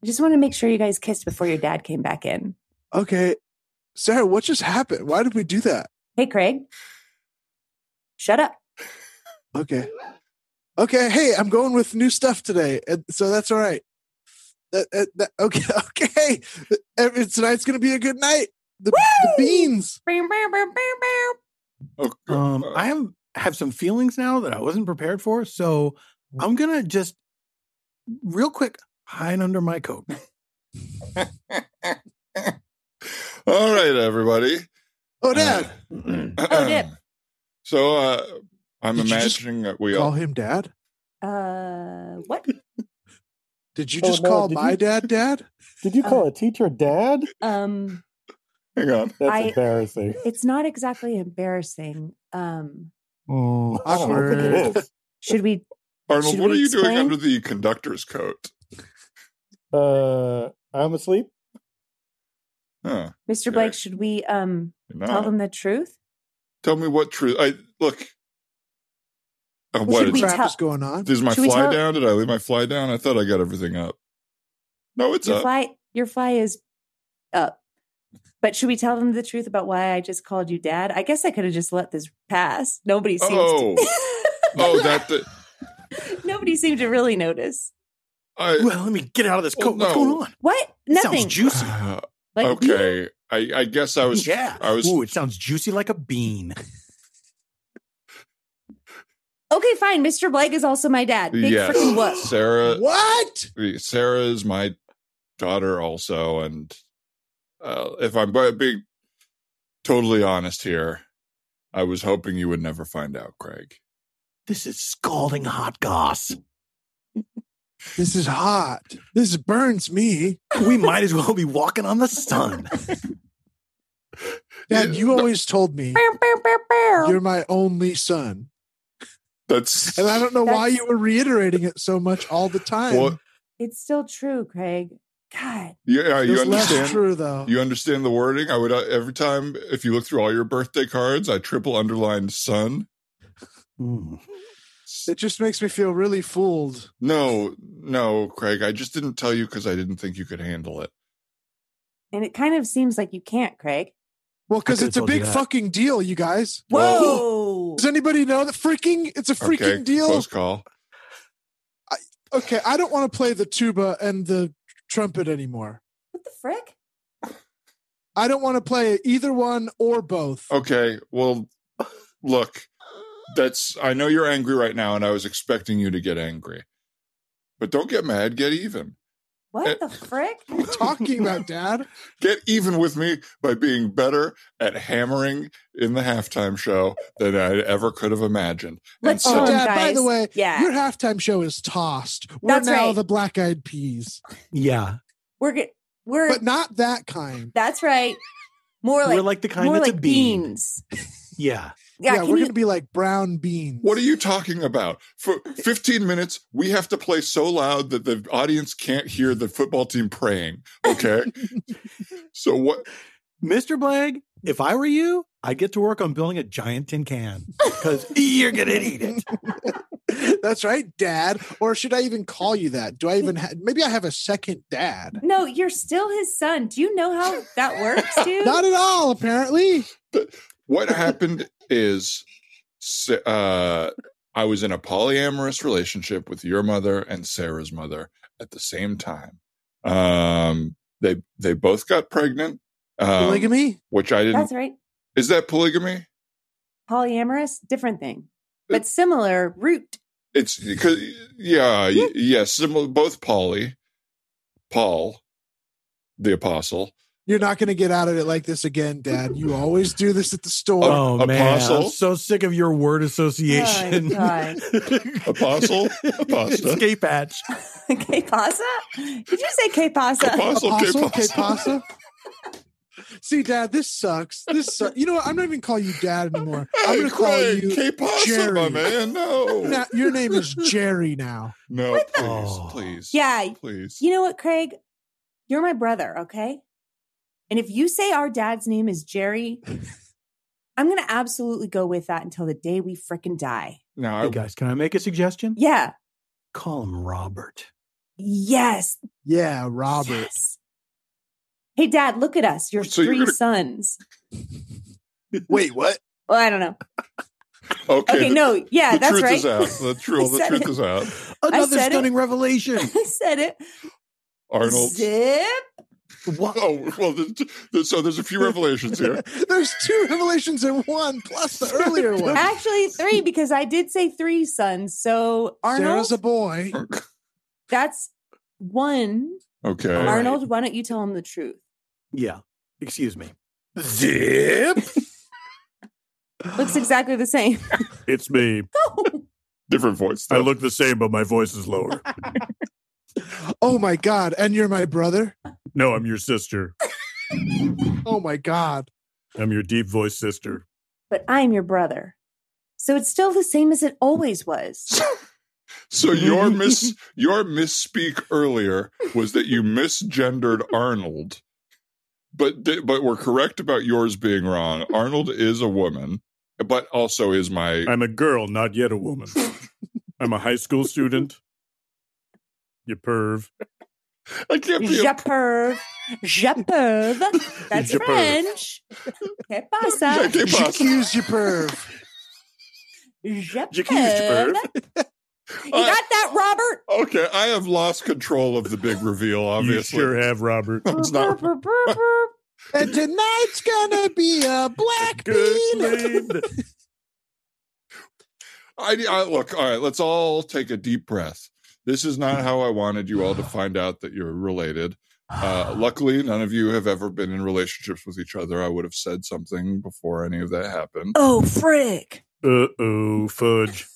S2: just want to make sure you guys kissed before your dad came back in.
S3: Okay, Sarah, what just happened? Why did we do that?
S2: Hey, Craig. Shut up.
S3: Okay. Okay. Hey, I'm going with new stuff today, and so that's all right. That- that- that- okay. Okay. Every- Tonight's gonna be a good night. The, the
S2: Woo!
S3: beans.
S2: Bam, bam, bam, bam, bam.
S4: Um, I have have some feelings now that I wasn't prepared for, so I'm gonna just real quick hide under my coat.
S1: All right, everybody.
S3: Oh, Dad.
S2: Oh, Dad.
S1: Uh, So uh, I'm
S3: Did you just
S1: imagining that we
S3: Call
S1: all.
S3: him Dad.
S2: Uh, what?
S3: Did you
S5: Oh,
S3: just
S5: no,
S3: call
S5: did
S3: my
S5: you-
S3: dad Dad?
S5: Did you
S2: call
S5: a teacher dad?
S2: Um,
S1: Hang on.
S5: That's
S2: I-
S5: embarrassing.
S2: it's not exactly embarrassing. Um,
S5: Oh,
S3: I don't know what
S2: it
S5: is.
S2: should we?
S1: Arnold,
S2: Should
S1: what are
S2: we
S1: you doing
S2: explain?
S1: under the conductor's coat?
S5: Uh, I'm asleep.
S1: Huh,
S2: Mr.
S1: Okay.
S2: Blake, should we um
S1: you're not.
S3: Uh-huh.
S2: tell them the truth?
S1: Tell me what truth. I look. Uh, what
S2: should
S1: is,
S2: we
S3: Crap
S2: tell-
S3: is going on.
S1: is my
S2: should we
S1: fly
S2: tell-
S1: down? Did I leave my fly down? I thought I got everything up. No, it's
S2: Your
S1: up.
S2: fly, your fly is up. But should we tell them the truth about why I just called you dad? I guess I could have just let this pass. Nobody seems
S1: Oh.
S2: to
S1: oh, that. The,
S2: Nobody seemed to really notice.
S1: I.
S4: Well, let me get out of this
S1: Oh,
S4: coat.
S1: no.
S4: What's going on?
S2: What?
S4: It
S2: Nothing.
S4: Sounds juicy.
S2: like,
S1: okay. I, I guess I was.
S4: yeah.
S1: I was.
S4: Ooh, it sounds juicy like a bean.
S2: Okay, fine. Mr. Blake is also my dad. Big
S1: Yes.
S2: freaking whoop.
S1: Sarah.
S3: What?
S1: Sarah is my daughter also, and uh, if I'm bu- being totally honest here, I was hoping you would never find out, Craig.
S4: This is scalding hot goss.
S3: This is hot. This burns me.
S4: We might as well be walking on the sun.
S3: Dad,
S1: Yeah.
S3: you always told me
S2: Bow, bow, bow, bow.
S3: you're my only son.
S1: That's
S3: And I don't know why
S2: That's-
S3: you were reiterating it so much all the time.
S1: Well,
S2: It's still true, Craig. God.
S1: yeah.
S3: It
S1: You
S3: was less
S1: understand?
S3: true though.
S1: You understand the wording? I would uh, every time if you look through all your birthday cards, I triple underlined son.
S4: Mm.
S3: it just makes me feel really fooled.
S1: No, no, Craig. I just didn't tell you because I didn't think you could handle it.
S2: And it kind of seems like you can't, Craig.
S3: Well, because
S4: could've
S3: it's a
S4: told you
S3: big
S4: that.
S3: fucking deal, you guys.
S2: Whoa.
S3: Does anybody know that freaking? It's a freaking
S1: okay,
S3: deal.
S1: close call.
S3: Okay, I don't want to play the tuba and the trumpet anymore.
S2: What the frick?
S3: I don't want to play either one or both.
S1: Okay, well, look, that's I know you're angry right now, and I was expecting you to get angry, but don't get mad. Get even. Eh.
S2: What the frick?
S3: Talking about dad.
S1: Get even with me by being better at hammering in the halftime show than I ever could have imagined.
S2: Let's
S1: and
S3: Oh,
S2: show
S1: so,
S2: him,
S3: Dad, by
S2: guys.
S3: the way,
S2: Yeah.
S3: your halftime show is tossed. We're
S2: That's
S3: now
S2: right.
S3: the black eyed peas.
S4: Yeah.
S2: We're good. We're
S3: But not that kind.
S2: that's right. More like
S4: We're like the kind
S2: more
S4: that's
S2: like
S4: a bean.
S2: beans.
S4: Yeah.
S2: Yeah,
S3: yeah,
S2: can
S3: we're
S2: you
S3: gonna be like brown beans.
S1: What are you talking about? For 15 minutes, we have to play so loud that the audience can't hear the football team praying. Okay. so what?
S4: Mr. Blagg, if I were you, I'd get to work on building a giant tin can because you're going to need it.
S3: That's right, Dad. Or should I even call you that? Do I even have? Maybe I have a second dad.
S2: No, you're still his son. Do you know how that works, dude?
S3: Not at all, apparently.
S1: what happened is Sa- uh, I was in a polyamorous relationship with your mother and Sarah's mother at the same time. Um, they they both got pregnant, um,
S3: Polygamy?
S1: which I didn't.
S2: That's right.
S1: Is that polygamy?
S2: Polyamorous, different thing. But similar root.
S1: It's
S3: Mm-hmm.
S1: because yeah, y- yeah, similar. Both poly, Paul, the apostle,
S3: You're not going to get out of it like this again, Dad. You always do this at the store.
S4: Oh, man.
S1: Apostle?
S4: I'm so sick of your word association.
S2: Oh, my
S1: Apostle? Apostle?
S4: Escape hatch.
S2: K pasa? Did you say K pasa?
S1: apostle,
S3: Apostle,
S1: K.
S3: K. Pasa. See, Dad, this sucks. This sucks. You know what? I'm not even calling you Dad anymore. I'm going to call you.
S1: K. Pasa, my
S3: Jerry.
S1: man. No,
S3: Now, your name is Jerry now.
S1: no, please,
S4: Oh.
S1: please,
S2: Yeah.
S1: please.
S2: You know what, Craig? You're my brother, okay? And if you say our dad's name is Jerry, I'm gonna absolutely go with that until the day we frickin' die.
S1: Now
S4: Hey,
S1: I
S4: guys, can I make a suggestion?
S2: Yeah.
S4: Call him Robert.
S2: Yes.
S3: Yeah, Robert.
S2: yes. Hey, Dad, look at us. Your
S1: So you're
S2: 3
S1: gonna-
S2: sons.
S3: Wait, what?
S2: Well, I don't know.
S1: Okay.
S2: Okay,
S1: the,
S2: no, yeah,
S1: the
S2: that's
S1: truth
S2: right.
S1: is out. The,
S2: I
S1: true, the
S2: said
S1: truth
S2: it.
S1: is out.
S4: Another
S2: said it.
S4: stunning revelation.
S2: I said it.
S1: Arnold.
S2: Zip.
S4: What?
S1: Oh, well, th- th- so there's a few revelations here.
S3: There's two revelations in one, plus the earlier one.
S2: Actually, three because I did say three sons. So Arnold,
S3: Sarah's a boy.
S2: that's one.
S1: Okay.
S4: All right.
S2: Arnold, why don't you tell him the truth?
S4: Yeah. Excuse me.
S5: Zip.
S2: Looks exactly the same.
S5: It's me.
S1: Different voice.
S5: I
S1: though.
S5: look the same, but my voice is lower.
S3: Oh my God. And you're my brother?
S5: No, I'm your sister.
S3: Oh my God.
S5: I'm your deep voice sister.
S2: but I'm your brother. So it's still the same as it always was.
S1: So your miss your misspeak earlier was that you misgendered Arnold, but di- but we're correct about yours being wrong. Arnold is a woman, but also is my
S5: I'm a girl, not yet a woman. I'm a high school student. You perv.
S1: I can't be.
S2: Je
S1: A,
S2: perv. Je perv. That's
S5: Je perv.
S2: French. Que
S1: I
S2: pasa?
S1: can't possibly-
S3: J'accuse you, perv.
S2: Je
S5: Je accuse you,
S2: perv. You
S1: I-
S2: got that, Robert?
S1: okay, I have lost control of the big reveal. Obviously,
S5: You sure have, Robert.
S1: It's not-
S2: Burp, burp, burp, burp.
S3: And tonight's gonna be a black bean.
S5: lead.
S1: I, I look. All right, let's all take a deep breath. This is not how I wanted you all to find out that you're related. Uh, luckily, none of you have ever been in relationships with each other. I would have said something before any of that happened.
S2: Oh, frick.
S5: Uh oh, fudge.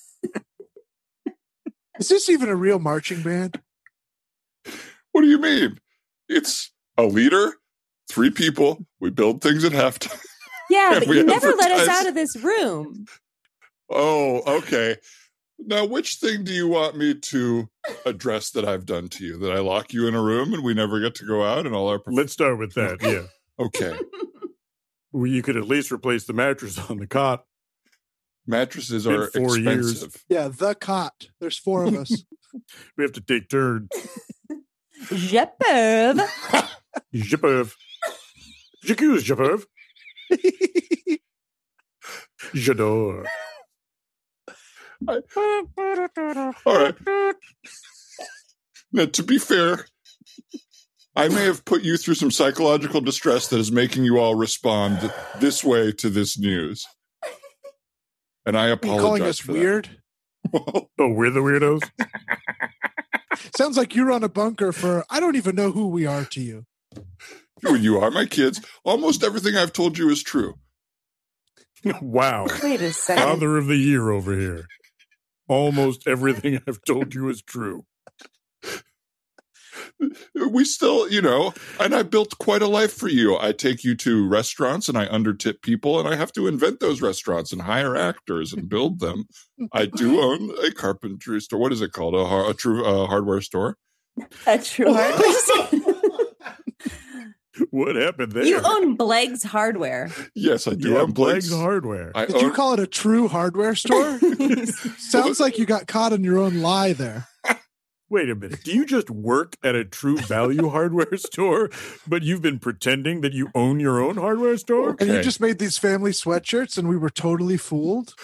S3: Is this even a real marching band?
S1: What do you mean? It's a leader, three people. We build things at halftime.
S2: Yeah,
S1: Yeah,
S2: but
S1: we
S2: you never let
S1: advertise.
S2: us out of this room.
S1: Oh, okay. Now, which thing do you want me to address that I've done to you? That I lock you in a room and we never get to go out and all our. prof-
S5: Let's start with that. Yeah.
S1: okay.
S5: Well, you could at least replace the mattress on the cot.
S1: Mattresses
S5: Been
S1: are
S5: four years.
S1: expensive.
S3: Yeah, the cot. There's four of us.
S5: We have to take turns.
S2: Je perv.
S5: Je perv. J'accuse, je perv. J'adore.
S1: All right. Now, to be fair, I may have put you through some psychological distress that is making you all respond this way to this news. And I
S3: Are you calling
S1: apologize
S3: us
S1: for
S3: weird?
S1: that.
S5: Oh, we're the weirdos?
S3: Sounds like you're on a bunker for I don't even know who we are to you.
S1: you, you are my kids. Almost everything I've told you is true.
S5: wow.
S2: Wait a second.
S5: Father of the year over here. Almost everything I've told you is true.
S1: We still, you know, and I built quite a life for you. I take you to restaurants and I undertip people and I have to invent those restaurants and hire actors and build them. I do own a carpentry store. What is it called? A, har- a true uh, hardware store.
S2: A true hardware.
S5: What happened there?
S2: you own Blake's hardware.
S1: Yes, I do
S5: yeah,
S1: own
S5: Blake's
S1: Blake's.
S5: hardware.
S1: I
S3: Did you
S1: own
S3: call it a true hardware store? Sounds like you got caught in your own lie there.
S5: Wait a minute. Do you just work at a true value hardware store, but you've been pretending that you own your own hardware store?
S3: And you
S1: Okay.
S3: just made these family sweatshirts and we were totally fooled.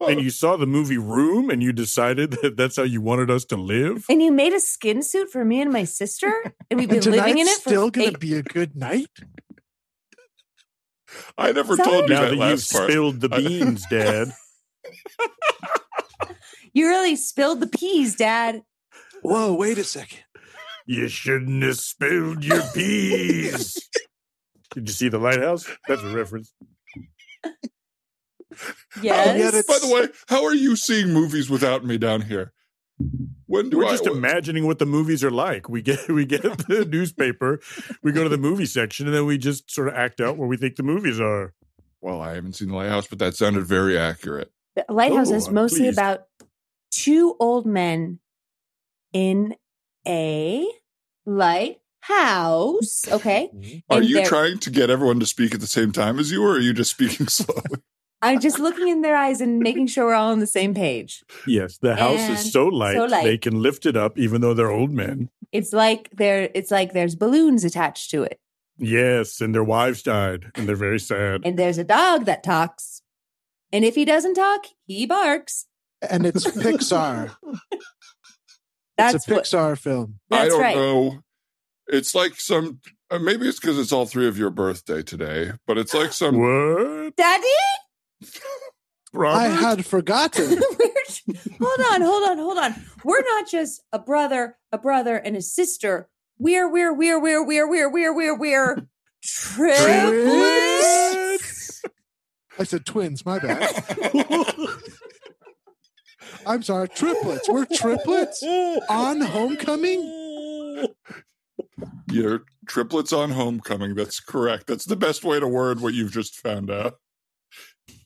S5: And you saw the movie Room and you decided that that's how you wanted us to live?
S2: And you made a skin suit for me and my sister, and we've been
S3: And
S2: living in
S3: tonight's
S2: it for
S3: still going
S2: eight.
S3: to be a good night.
S1: I never
S2: Sorry.
S1: told you
S5: Now
S1: that,
S5: that you've
S1: last part.
S5: spilled the
S1: I-
S5: beans, Dad.
S2: you really spilled the peas, Dad.
S3: Whoa, wait a second.
S5: You shouldn't have spilled your peas. Did you see the lighthouse? That's a reference.
S3: And yet
S2: Yes.
S3: it's-
S1: By the way, how are you seeing movies without me down here? When do
S5: We're
S1: I?
S5: just imagining what the movies are like. We get we get the newspaper, we go to the movie section, and then we just sort of act out what we think the movies are.
S1: well, I haven't seen the lighthouse, but that sounded very accurate.
S2: The Lighthouse
S5: Oh,
S2: is
S5: I'm
S2: mostly
S5: pleased.
S2: about two old men in a lighthouse. Okay.
S1: Are
S2: And
S1: you
S2: they're-
S1: trying to get everyone to speak at the same time as you, or are you just speaking slowly?
S2: I'm just looking in their eyes and making sure we're all on the same page.
S5: Yes, the house
S2: And
S5: is so light,
S2: so light.
S5: they can lift it up, even though they're old men.
S2: It's like there it's like there's balloons attached to it.
S5: Yes, and their wives died, and they're very sad.
S2: And there's a dog that talks. And if he doesn't talk, he barks.
S3: and it's Pixar.
S2: That's
S3: it's a
S2: what,
S3: Pixar film.
S1: I
S2: That's
S1: don't
S2: right.
S1: know. It's like some. uh, Maybe it's because it's all three of your birthday today, but it's like some.
S5: What?
S2: Daddy.
S5: Robert?
S3: I had forgotten.
S2: We're- hold on, hold on, hold on. We're not just a brother, a brother, and a sister. We're we're we're we're we're we're we're we're we're triplets.
S3: I said twins. My bad. I'm sorry. Triplets. We're triplets on homecoming.
S1: Your triplets on homecoming. That's correct. That's the best way to word what you've just found out.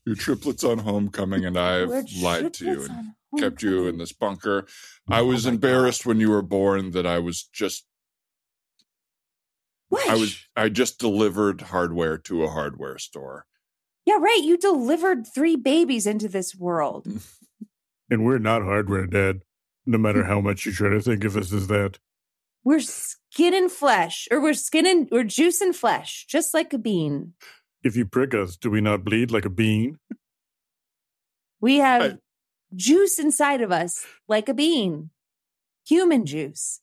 S1: Your triplets on homecoming, and I've
S2: We're
S1: lied to you
S2: triplets
S1: and
S2: on
S1: kept you in
S2: homecoming. Oh
S1: this bunker. I was
S4: Oh,
S5: my God.
S1: embarrassed when you were born that I was just
S2: What?
S1: I was I just delivered hardware to a hardware store.
S2: yeah, right. You delivered three babies into this world.
S5: And we're not hardware dead, no matter how much you try to think of us as that.
S2: We're skin and flesh, or we're skin and we're juice and flesh, just like a bean.
S5: If you prick us, do we not bleed like a bean?
S2: We have
S1: Right.
S2: juice inside of us, like a bean, human juice.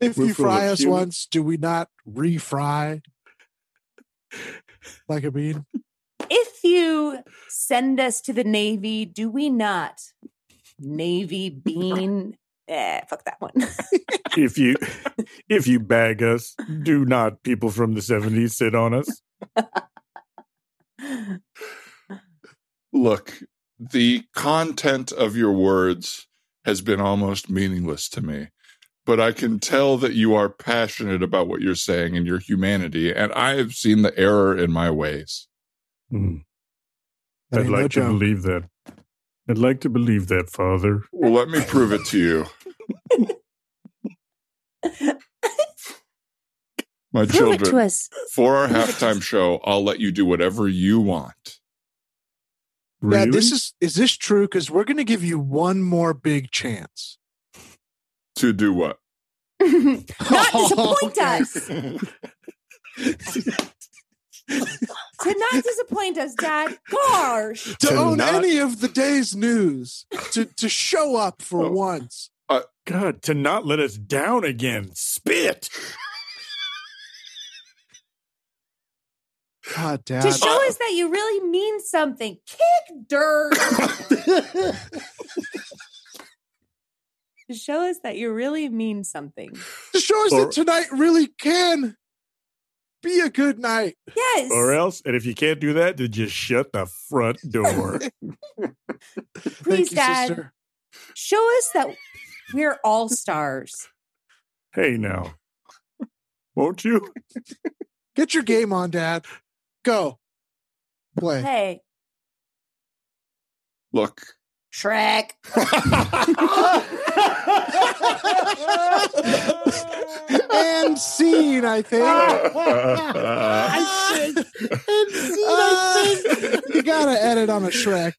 S3: If
S5: We're
S3: you
S5: full of
S3: fry us
S5: human-
S3: once, do we not refry? Like a bean.
S2: if you send us to the Navy, do we not? Navy bean. eh, fuck that one.
S5: If you if you bag us, do not people from the 70s sit on us?
S1: Look, the content of your words has been almost meaningless to me, but I can tell that you are passionate about what you're saying and your humanity, and I have seen the error in my ways.
S5: Hmm.
S3: That
S5: I'd
S3: ain't
S5: like
S3: no
S5: to
S3: joke.
S5: believe that. I'd like to believe that, Father.
S1: Well, let me prove it to you. My
S2: Prove it to
S1: children,
S2: us.
S1: for our
S2: Prove it to
S1: halftime
S2: us.
S1: show, I'll let you do whatever you want.
S5: Really?
S3: Yeah, this is is this true? Because we're gonna give you one more big chance.
S1: To do what?
S2: not disappoint us. To not disappoint us, Dad. Gosh.
S3: to,
S5: To
S3: own
S5: not-
S3: any of the day's news, to to show up for
S1: Oh.
S3: once.
S5: God, to not let us down again. Spit.
S3: God damn.
S2: To show us that you really mean something. Kick dirt. to show us that you really mean something.
S3: to show us
S5: Or-
S3: that tonight really can be a good night.
S2: Yes.
S5: Or else, and if you can't do that, then just shut the front door.
S2: Please,
S3: Thank you,
S2: Dad.
S3: sister.
S2: Show us that we're all stars.
S5: hey, now. Won't you?
S3: Get your game on, Dad. Go. Play.
S2: Hey,
S1: Look,
S2: Shrek.
S1: Oh,
S3: and scene, I think.
S2: Ah.
S1: I
S3: think. you gotta edit on a Shrek.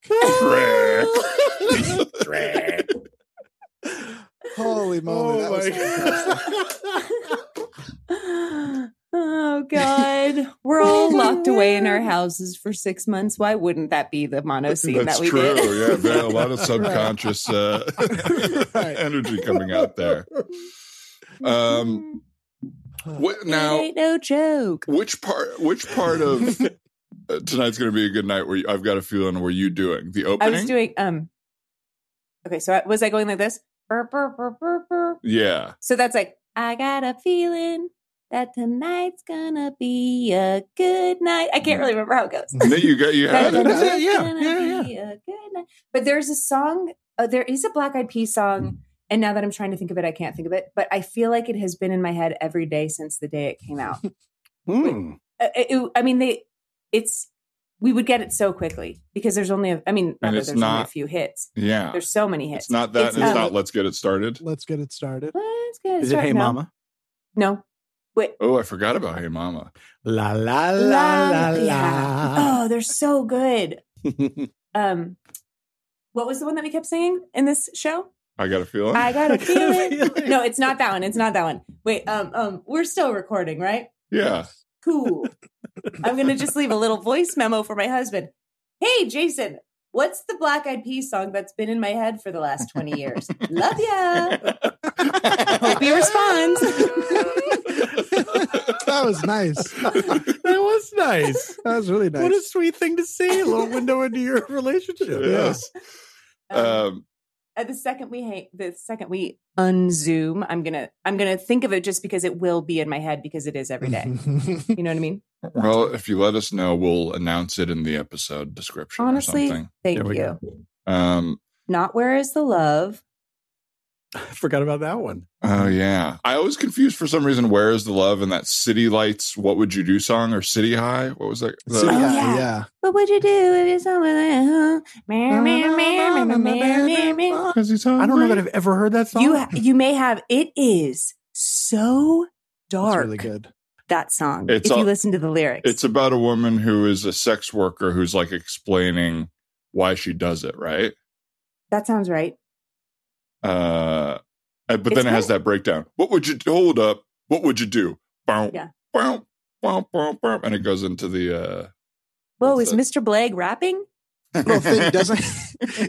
S3: Holy moly!
S5: Oh
S3: that was
S5: my
S2: oh God, we're all locked away in our houses for six months. Why wouldn't that be the mono scene
S1: That's
S2: that we
S1: true.
S2: did?
S1: Yeah, there- a lot of subconscious uh,
S3: Right.
S1: energy coming out there. Um, what,
S2: Mm-hmm. it
S1: now,
S2: ain't no joke.
S1: which part? Which part of uh, tonight's going to be a good night? Where you, I've got a feeling. Were you doing the
S2: I
S1: opening?
S2: was doing um. Okay, so I, was I going like this? Burr, burr, burr, burr, burr.
S1: yeah.
S2: So that's like I got a feeling that tonight's gonna be a good night. I can't really remember how it goes.
S1: No, you got you had it.
S3: That's it, yeah,
S2: Gonna
S3: yeah,
S2: be a good night. But there's a song. Uh, there is a Black Eyed Peas song, and now that I'm trying to think of it, I can't think of it. But I feel like it has been in my head every day since the day it came out.
S5: Hmm.
S2: Uh, it- I mean, they. It's we would get it so quickly because there's only a. I mean, not
S1: And
S2: that
S1: it's
S2: there's only a
S1: not-
S2: few hits.
S1: Yeah.
S2: There's so many hits.
S1: It's not that.
S2: It's,
S1: It's, and it's
S2: um,
S1: not. Let's get it started.
S3: Let's get it started.
S2: Let's get
S4: Is it
S2: started.
S4: Hey
S2: No.
S4: Mama?
S2: No. Wait.
S1: Oh, I forgot about Hey Mama.
S4: La la la la
S2: La-
S4: la.
S2: Oh, they're so good. Um, what was the one that we kept singing in this show?
S1: I got a feeling.
S2: I got
S4: I
S2: a
S4: got a
S2: feeling.
S4: feeling.
S2: No, it's not that one. It's not that one. Wait, um, um, we're still recording, right?
S1: yeah.
S2: Cool. I'm gonna just leave a little voice memo for my husband. Hey, Jason, What's the Black Eyed Peas song that's been in my head for the last 20 years? Love ya. Hope he responds.
S3: That was nice.
S5: that was nice.
S3: That was really nice.
S5: What a sweet thing to say. A little window into your relationship.
S1: yes.
S2: Um,
S1: Um,
S2: uh, the second we hang, the second we unzoom, I'm gonna I'm gonna think of it just because it will be in my head because it is every
S3: Mm-hmm.
S2: day. You know what I mean?
S1: Um, well, if you let us know, we'll announce it in the episode description or
S2: Honestly,
S1: something.
S2: thank
S5: There we
S2: you.
S5: go.
S1: Um,
S2: Not where is the love?
S5: I forgot about that one.
S1: Oh yeah, I always confused for some reason. Where is the love and that City Lights? What would you do? Song or City High? What was that? The-
S3: So, yeah,
S2: yeah.
S3: yeah.
S2: What would you do if you saw me? Meow, meow, meow, meow, meow, meow, meow.
S1: 'Cause he's
S5: I don't know that
S1: hungry.
S5: I've ever heard that song.
S2: You you may have. It is so
S3: That's
S2: dark
S3: really good.
S2: that song.
S1: It's
S2: if you
S1: all-
S2: listen to the lyrics,
S1: It's about a woman who is a sex worker who's like explaining why she does it, right?
S2: that sounds right.
S1: Uh, but
S2: It's
S1: then it has
S2: kind
S1: that breakdown. What would you hold up? What would you do? Bow,
S2: Yeah.
S1: bow, bow, bow, bow. And it goes into the. uh,
S2: Whoa,
S1: What's
S2: is Mr. Blagg rapping?
S1: uh
S3: Little thing doesn't.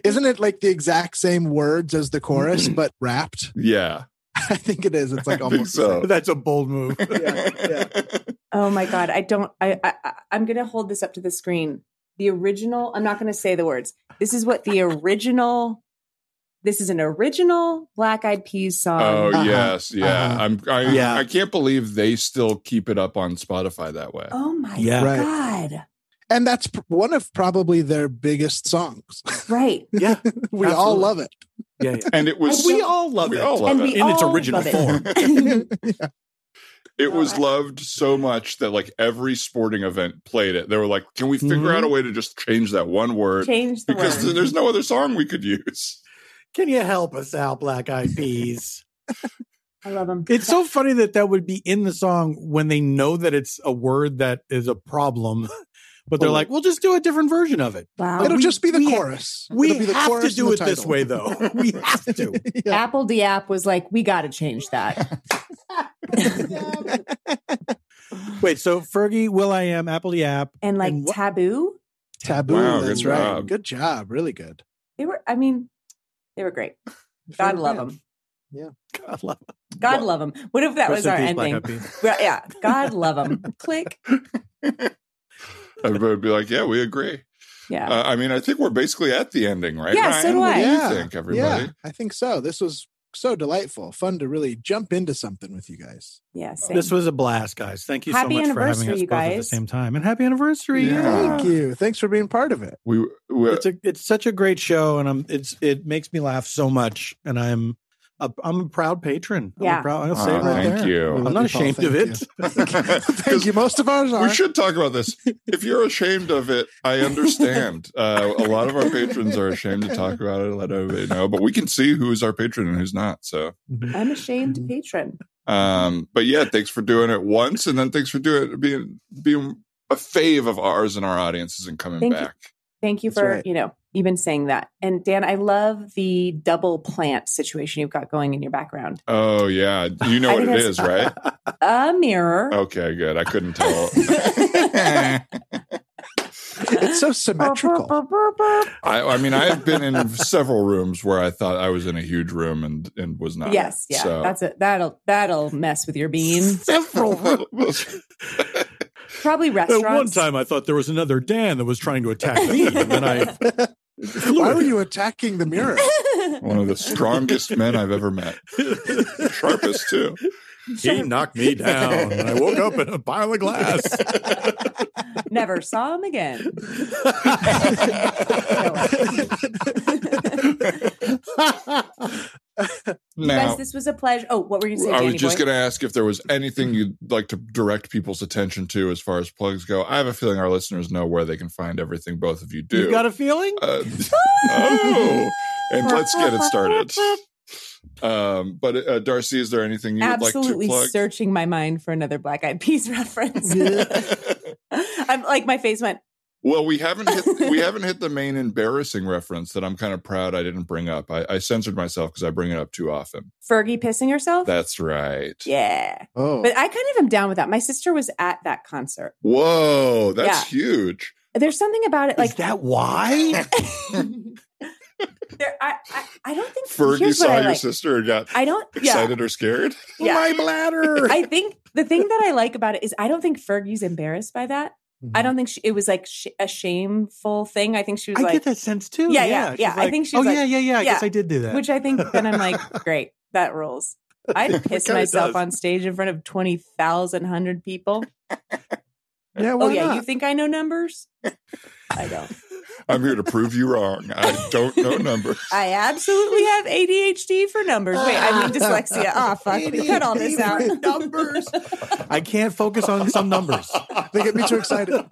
S3: Isn't it like the exact same words as the chorus but wrapped?
S1: Yeah.
S3: I think it is. It's like
S1: I think
S3: almost the
S1: so.
S3: same.
S5: That's a bold move.
S2: Oh my god, I don't. I, I I- I'm gonna hold this up to the screen. The original. I'm not gonna say the words. This is what the original. This is an original Black Eyed Peas song.
S1: Oh
S3: Uh-huh.
S1: yes, yeah.
S3: Uh-huh.
S1: I'm. I,
S5: Yeah.
S1: I can't believe they still keep it up on Spotify that way.
S2: Oh my
S5: Yeah.
S3: Right.
S2: god!
S3: And that's pr- one of probably their biggest songs.
S2: Right.
S5: Yeah.
S3: we all
S5: Absolutely.
S3: love it.
S5: Yeah. yeah.
S1: And it was.
S5: We all love
S1: we
S5: it.
S1: all love
S2: And
S1: it.
S2: we
S5: in its
S2: all
S5: original
S2: love it.
S5: form.
S1: It was
S2: Alright.
S1: loved so much that like every sporting event played it. They were like, "Can we figure
S5: Mhm.
S1: out a way to just change that one word?"
S2: Mm-hmm. Change the
S1: because
S2: word.
S1: there's no other song we could use.
S5: Can you help us out, Black Eyed Peas?
S2: I love them.
S5: it's so funny that that would be in the song when they know that it's a word that is a problem, but they're like, we'll just do a different version of it.
S2: wow.
S3: It'll
S5: we-
S3: just be the
S5: we-
S3: chorus.
S5: We
S3: It'll be the
S5: have to
S3: chorus
S5: do
S3: and
S5: it
S3: the
S5: this
S3: title.
S5: way, though. We have to.
S3: Yeah.
S2: Apple Diap was like, we got to change that.
S5: Wait, so Fergie, Will I Am, Apple the App.
S2: and like
S5: And what-
S2: Taboo,
S3: Taboo.
S1: Wow,
S3: that's
S1: good
S3: right.
S1: job.
S3: Good job. Really good.
S2: they were. I mean, they were great. God love them.
S5: God love it.
S2: God love them. What if that was
S5: Rest in
S2: our
S5: peace, Black
S2: ending?
S5: Eyed Peas.
S2: Well, yeah. God love them. Click.
S1: Everybody would be like, "Yeah, we agree."
S2: Yeah.
S1: Uh, I mean, I think we're basically at the ending, right?
S2: Yeah,
S1: Ryan?
S2: so do
S1: What
S2: I.
S1: do
S3: Yeah.
S1: you think, everybody?
S3: Yeah, I think so. This was so delightful. Fun to really jump into something with you guys.
S2: yeah. Same.
S5: This was a blast, guys. Thank you
S2: Happy
S5: so much for having
S2: anniversary,
S5: us
S2: you
S5: both at the
S2: guys.
S5: same time. And happy anniversary.
S1: Yeah.
S3: Thank you. Thanks for being part of it.
S1: We, we
S5: It's a, it's such a great show and I'm it's it makes me laugh so much and I'm a, I'm a proud patron. I'm a
S2: Yeah.
S5: proud- I'll say it
S1: Aw,
S5: right
S1: uh, thank
S5: there.
S1: you.
S5: I'm not
S3: We love you,
S5: ashamed
S3: Paul.
S5: of it.
S3: Thank Thank you. Most of ours are.
S1: we should talk about this. If you're ashamed of it, I understand. Uh, a lot of our patrons are ashamed to talk about it. Let everybody know, but we can see who's our patron and who's not. So,
S2: I'm ashamed patron.
S1: um, but yeah, thanks for doing it once, and then thanks for doing it being being a fave of ours and our audiences and coming
S2: Thank you.
S1: back.
S2: Thank you
S3: That's
S2: for,
S3: right.
S2: you know, even saying that. And Dan, I love the double plant situation you've got going in your background.
S1: Oh yeah, you know
S2: I
S1: what it
S2: think
S1: is, right?
S2: A mirror.
S1: Okay, good. I couldn't tell. I,
S3: It's so symmetrical.
S1: I mean, I've been in several rooms where I thought I was in a huge room and and was not.
S2: Yes, yeah.
S1: So-
S2: That's it. That'll that'll mess with your bean.
S5: Several rooms.
S2: Probably
S5: At
S2: restaurants.
S5: one time, I thought there was another Dan that was trying to attack me, and then I
S3: Why were you attacking the mirror?
S1: One of the strongest men I've ever met. Sharpest too.
S5: he knocked me down, and I woke up in a pile of glass.
S2: Never saw him again.
S1: Now,
S2: Guys, this was a pleasure. Oh, what were you saying?
S1: I was
S2: Danny
S1: just
S2: boy?
S1: going to ask if there was anything you'd like to direct people's attention to as far as plugs go. I have a feeling our listeners know where they can find everything both of you do.
S5: You got a feeling?
S1: Uh, oh, and let's get it started. Um, but uh, Darcy, is there anything you'd
S2: Absolutely
S1: like to plug?
S2: searching my mind for another Black Eyed Peas reference. I'm like my face went.
S1: well, we haven't hit, we haven't hit the main embarrassing reference that I'm kind of proud I didn't bring up. I, I censored myself because I bring it up too often.
S2: Fergie pissing herself.
S1: That's right.
S2: yeah,
S3: Oh,
S2: but I kind of am down with that. My sister was at that concert.
S1: Whoa, that's
S2: Yeah.
S1: huge.
S2: There's something about it, like
S4: Is that why?
S2: there, I, I, I don't think
S1: Ferg, you
S2: here's what
S1: saw
S2: I
S1: your
S2: like.
S1: sister and got
S2: I don't. Yeah,
S1: excited or scared.
S2: yeah.
S4: My bladder.
S2: I think the thing that I like about it is I don't think Fergie's embarrassed by that.
S3: Mm-hmm.
S2: I don't think she, it was like sh- a shameful thing. I think she was
S4: I
S2: like,
S4: get that sense too.
S2: Yeah, yeah,
S4: She's
S2: yeah. I
S4: like,
S2: think she's
S4: Oh
S2: like-
S4: yeah, yeah, yeah. I
S2: yeah.
S4: guess I did do that.
S2: which I think then I'm like, great, that rules. I'd piss
S1: kinda
S2: myself
S1: does.
S2: on stage in front of 20,000 hundred people.
S3: Yeah,
S2: oh,
S3: why
S2: yeah.
S3: not?
S2: You think I know numbers? I don't.
S1: I'm here to prove you wrong. I don't know numbers.
S2: I absolutely have ADHD for numbers. Wait, I mean dyslexia. Ah, fuck. We cut all this out.
S4: Favorite numbers. I can't focus on some numbers.
S3: They get me too excited.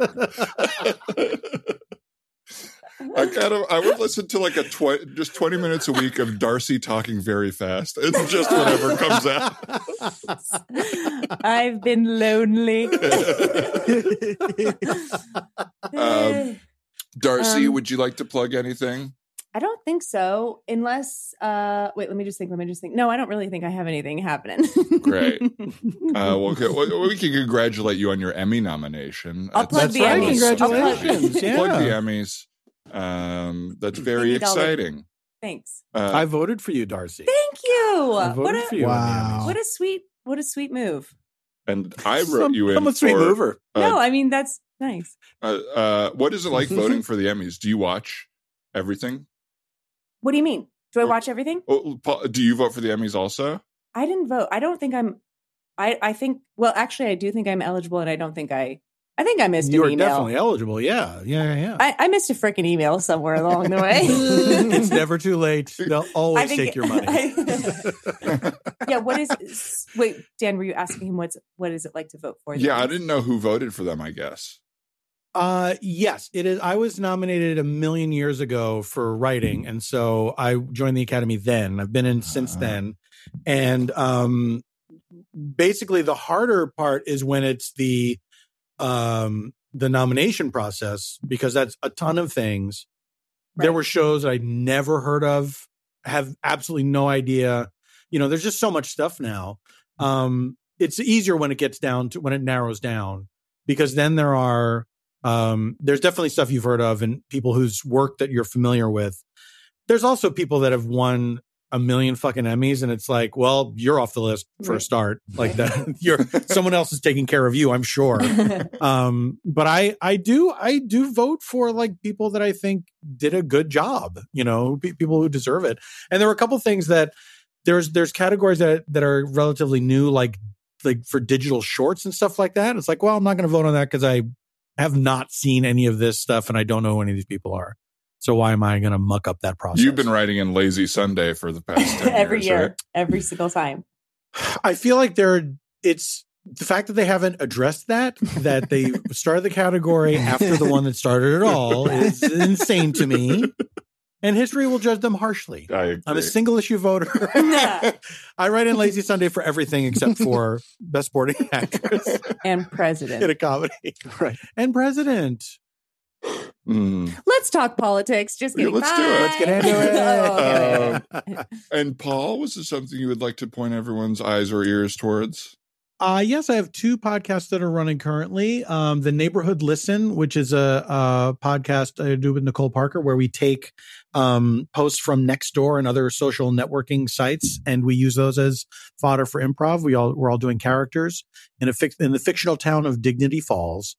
S1: I kind of I would listen to like a twi- just 20 minutes a week of Darcy talking very fast. It's just whatever comes out.
S2: I've been lonely.
S1: Um, Darcy,
S2: Um,
S1: would you like to plug anything?
S2: I don't think so. Unless, uh, wait, let me just think. Let me just think. No, I don't really think I have anything happening.
S1: Great. Uh, well, okay, well, we can congratulate you on your Emmy nomination.
S2: I'll plug
S1: That's
S2: the
S1: right.
S2: Emmys. I'll plug-
S4: Congratulations, yeah.
S1: Plug the Emmys. Um, that's very
S2: need all the-
S1: exciting.
S2: Thanks.
S1: Uh,
S5: I voted for you, Darcy.
S2: Thank you.
S5: I voted
S2: What
S5: for
S2: a,
S5: you. in the
S4: Wow.
S5: Emmys.
S2: what a sweet, what a sweet move.
S1: and I wrote
S5: Some-
S1: you in.
S5: I'm a sweet
S1: for,
S5: mover.
S1: Uh,
S2: no, I mean, that's nice.
S1: Uh, uh, what is it like voting for the Emmys? Do you watch everything?
S2: What do you mean? Do I watch everything?
S1: Oh, Paul, do you vote for the Emmys also?
S2: I didn't vote. I don't think I'm, I, I think, well, actually, I do think I'm eligible and I don't think I, I think I missed
S5: You
S2: an
S5: are
S2: email.
S5: definitely eligible. Yeah, yeah, yeah.
S2: I, I missed a freaking email somewhere along the way.
S4: it's never too late. They'll always take your money.
S2: I- yeah. What is? s- Wait, Dan, were you asking him what's what is it like to vote for? them?
S1: Yeah, I didn't know who voted for them. I guess.
S4: Uh yes, it is. I was nominated a million years ago for writing, and so I joined the academy then. I've been in since
S1: Ah.
S4: then, and um, basically the harder part is when it's the um the nomination process because that's a ton of things. There
S2: Right.
S4: were shows I never heard of, have absolutely no idea. You know, there's just so much stuff now. Um, it's easier when it gets down to when it narrows down because then there are um, there's definitely stuff you've heard of and people whose work that you're familiar with. There's also people that have won a million fucking Emmys, and it's like, well, you're off the list for a
S2: Right.
S4: start. Like that, you're someone else is taking care of you, I'm sure. Um, but I, I do, I do vote for like people that I think did a good job. You know, pe- people who deserve it. And there were a couple things that there's there's categories that that are relatively new, like like for digital shorts and stuff like that. It's like, well, I'm not going to vote on that because I have not seen any of this stuff and I don't know who any of these people are. So why am I going to muck up that process?
S1: You've been writing in Lazy Sunday for the past 10
S2: every
S1: years,
S2: year,
S1: right?
S2: every single time.
S4: I feel like they're it's the fact that they haven't addressed that that they started the category after the one that started it all is insane to me. And history will judge them harshly.
S1: I agree.
S4: I'm a single issue voter. I write in Lazy Sunday for everything except for best supporting actress
S2: and
S4: in a
S2: president.
S4: comedy
S3: Right.
S4: and president.
S1: Mm.
S2: Let's talk politics. Just
S1: Yeah,
S2: kidding.
S1: let's do it. Let's
S2: Bye.
S4: get into it.
S2: Oh, okay, wait, wait, wait.
S1: Um, and Paul, was it something you would like to point everyone's eyes or ears towards?
S4: Uh, yes, I have two podcasts that are running currently. Um, the Neighborhood Listen, which is a, uh podcast I do with Nicole Parker, where we take um, posts from Nextdoor and other social networking sites, and we use those as fodder for improv. We all we're all doing characters in a fic- in the fictional town of Dignity Falls.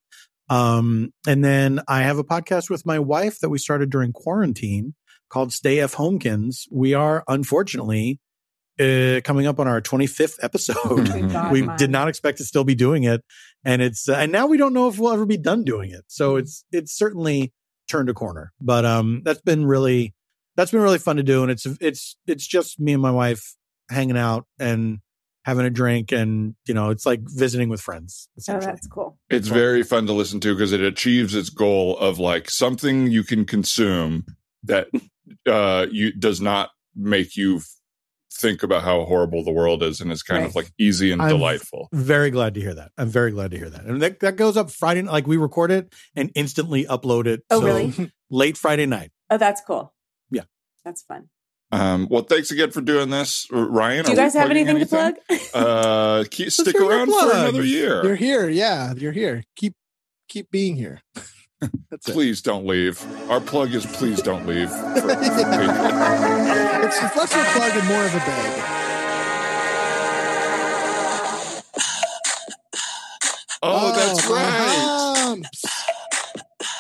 S4: Um, and then I have a podcast with my wife that we started during quarantine called Stay F Homekins. We are unfortunately uh, coming up on our 25th
S1: Oh.
S4: episode
S2: We've got
S4: we
S2: mine.
S4: did not expect to still be doing it and it's uh, and now we don't know if we'll ever be done doing it so
S2: Mm-hmm.
S4: it's it's certainly turned a corner but um that's been really that's been really fun to do and it's it's it's just me and my wife hanging out and having a drink and you know it's like visiting with friends
S2: Oh,
S4: essentially
S2: that's cool.
S1: It's very fun to listen to because it achieves its goal of like something you can consume that uh you does not make you f- think about how horrible the world is and is kind of
S2: Right.
S1: like easy and
S4: I've-
S1: delightful.
S4: very glad to hear that i'm very glad to hear that and that, that goes up friday like we record it and instantly upload it
S2: Oh,
S4: so
S2: really?
S4: late friday night
S2: Oh, that's cool.
S4: Yeah.
S2: that's fun.
S1: Um well thanks again for doing this. R- Ryan,
S2: Do
S1: are
S2: you
S1: we
S2: guys have
S1: plugging
S2: anything, to plug?
S1: Uh keep, stick
S4: hear your
S1: around for
S4: plugs.
S1: another year.
S3: You're here. Yeah, you're here. Keep keep being here. That's it.
S1: Please don't leave. Our plug is please don't leave. For, for Patreon.
S3: Yeah. It's it's less of a plug and more of a bag.
S1: Oh, that's
S3: my
S1: right.
S3: humps.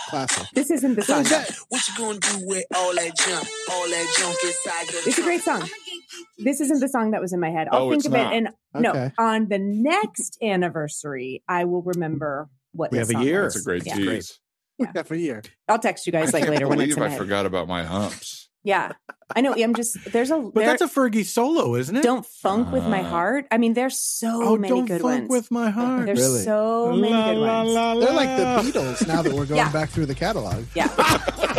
S3: Classic.
S2: This isn't the song.
S3: Who's that?
S6: What you gonna do with all that junk? All that junk inside your
S2: It's a great song. This isn't the song that was in my head. I'll
S1: Oh,
S2: think
S1: it's
S2: of
S1: not.
S2: it and no.
S3: Okay.
S2: On the next anniversary, I will remember what
S4: We
S2: this
S4: have a
S2: song
S4: year.
S2: was.
S1: That's a great
S2: Yeah.
S1: tease.
S4: Great.
S2: Yeah.
S3: Yeah, for a year.
S2: I'll text you guys
S1: I
S2: like
S1: can't
S2: later when it's
S1: believe
S2: in my
S1: I
S2: head.
S1: forgot about my humps.
S2: Yeah, I know. I'm just there's a
S4: But
S2: there,
S4: that's a Fergie solo, isn't it?
S2: don't funk with my
S1: Ah.
S2: heart. I mean, there's so
S4: oh,
S2: many
S4: don't
S2: good
S4: funk
S2: ones.
S4: with my heart.
S2: there's
S3: Really?
S2: so many
S4: La,
S2: good
S4: la,
S2: ones.
S4: la,
S3: They're like
S1: Ah.
S4: la.
S3: the Beatles now that we're going
S2: Yeah.
S3: back through the catalog.
S2: Yeah,
S3: I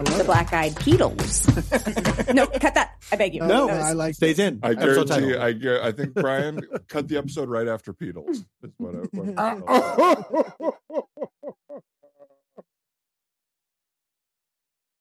S3: love
S2: the Black Eyed Beatles. no, cut that. I beg you.
S3: it.
S4: No.
S3: Oh, I like
S4: Stays in.
S1: I
S4: Episode
S1: guarantee.
S4: title.
S1: I, gu- I think Brian cut the episode right after Beatles. Is what I, what I-
S4: Oh.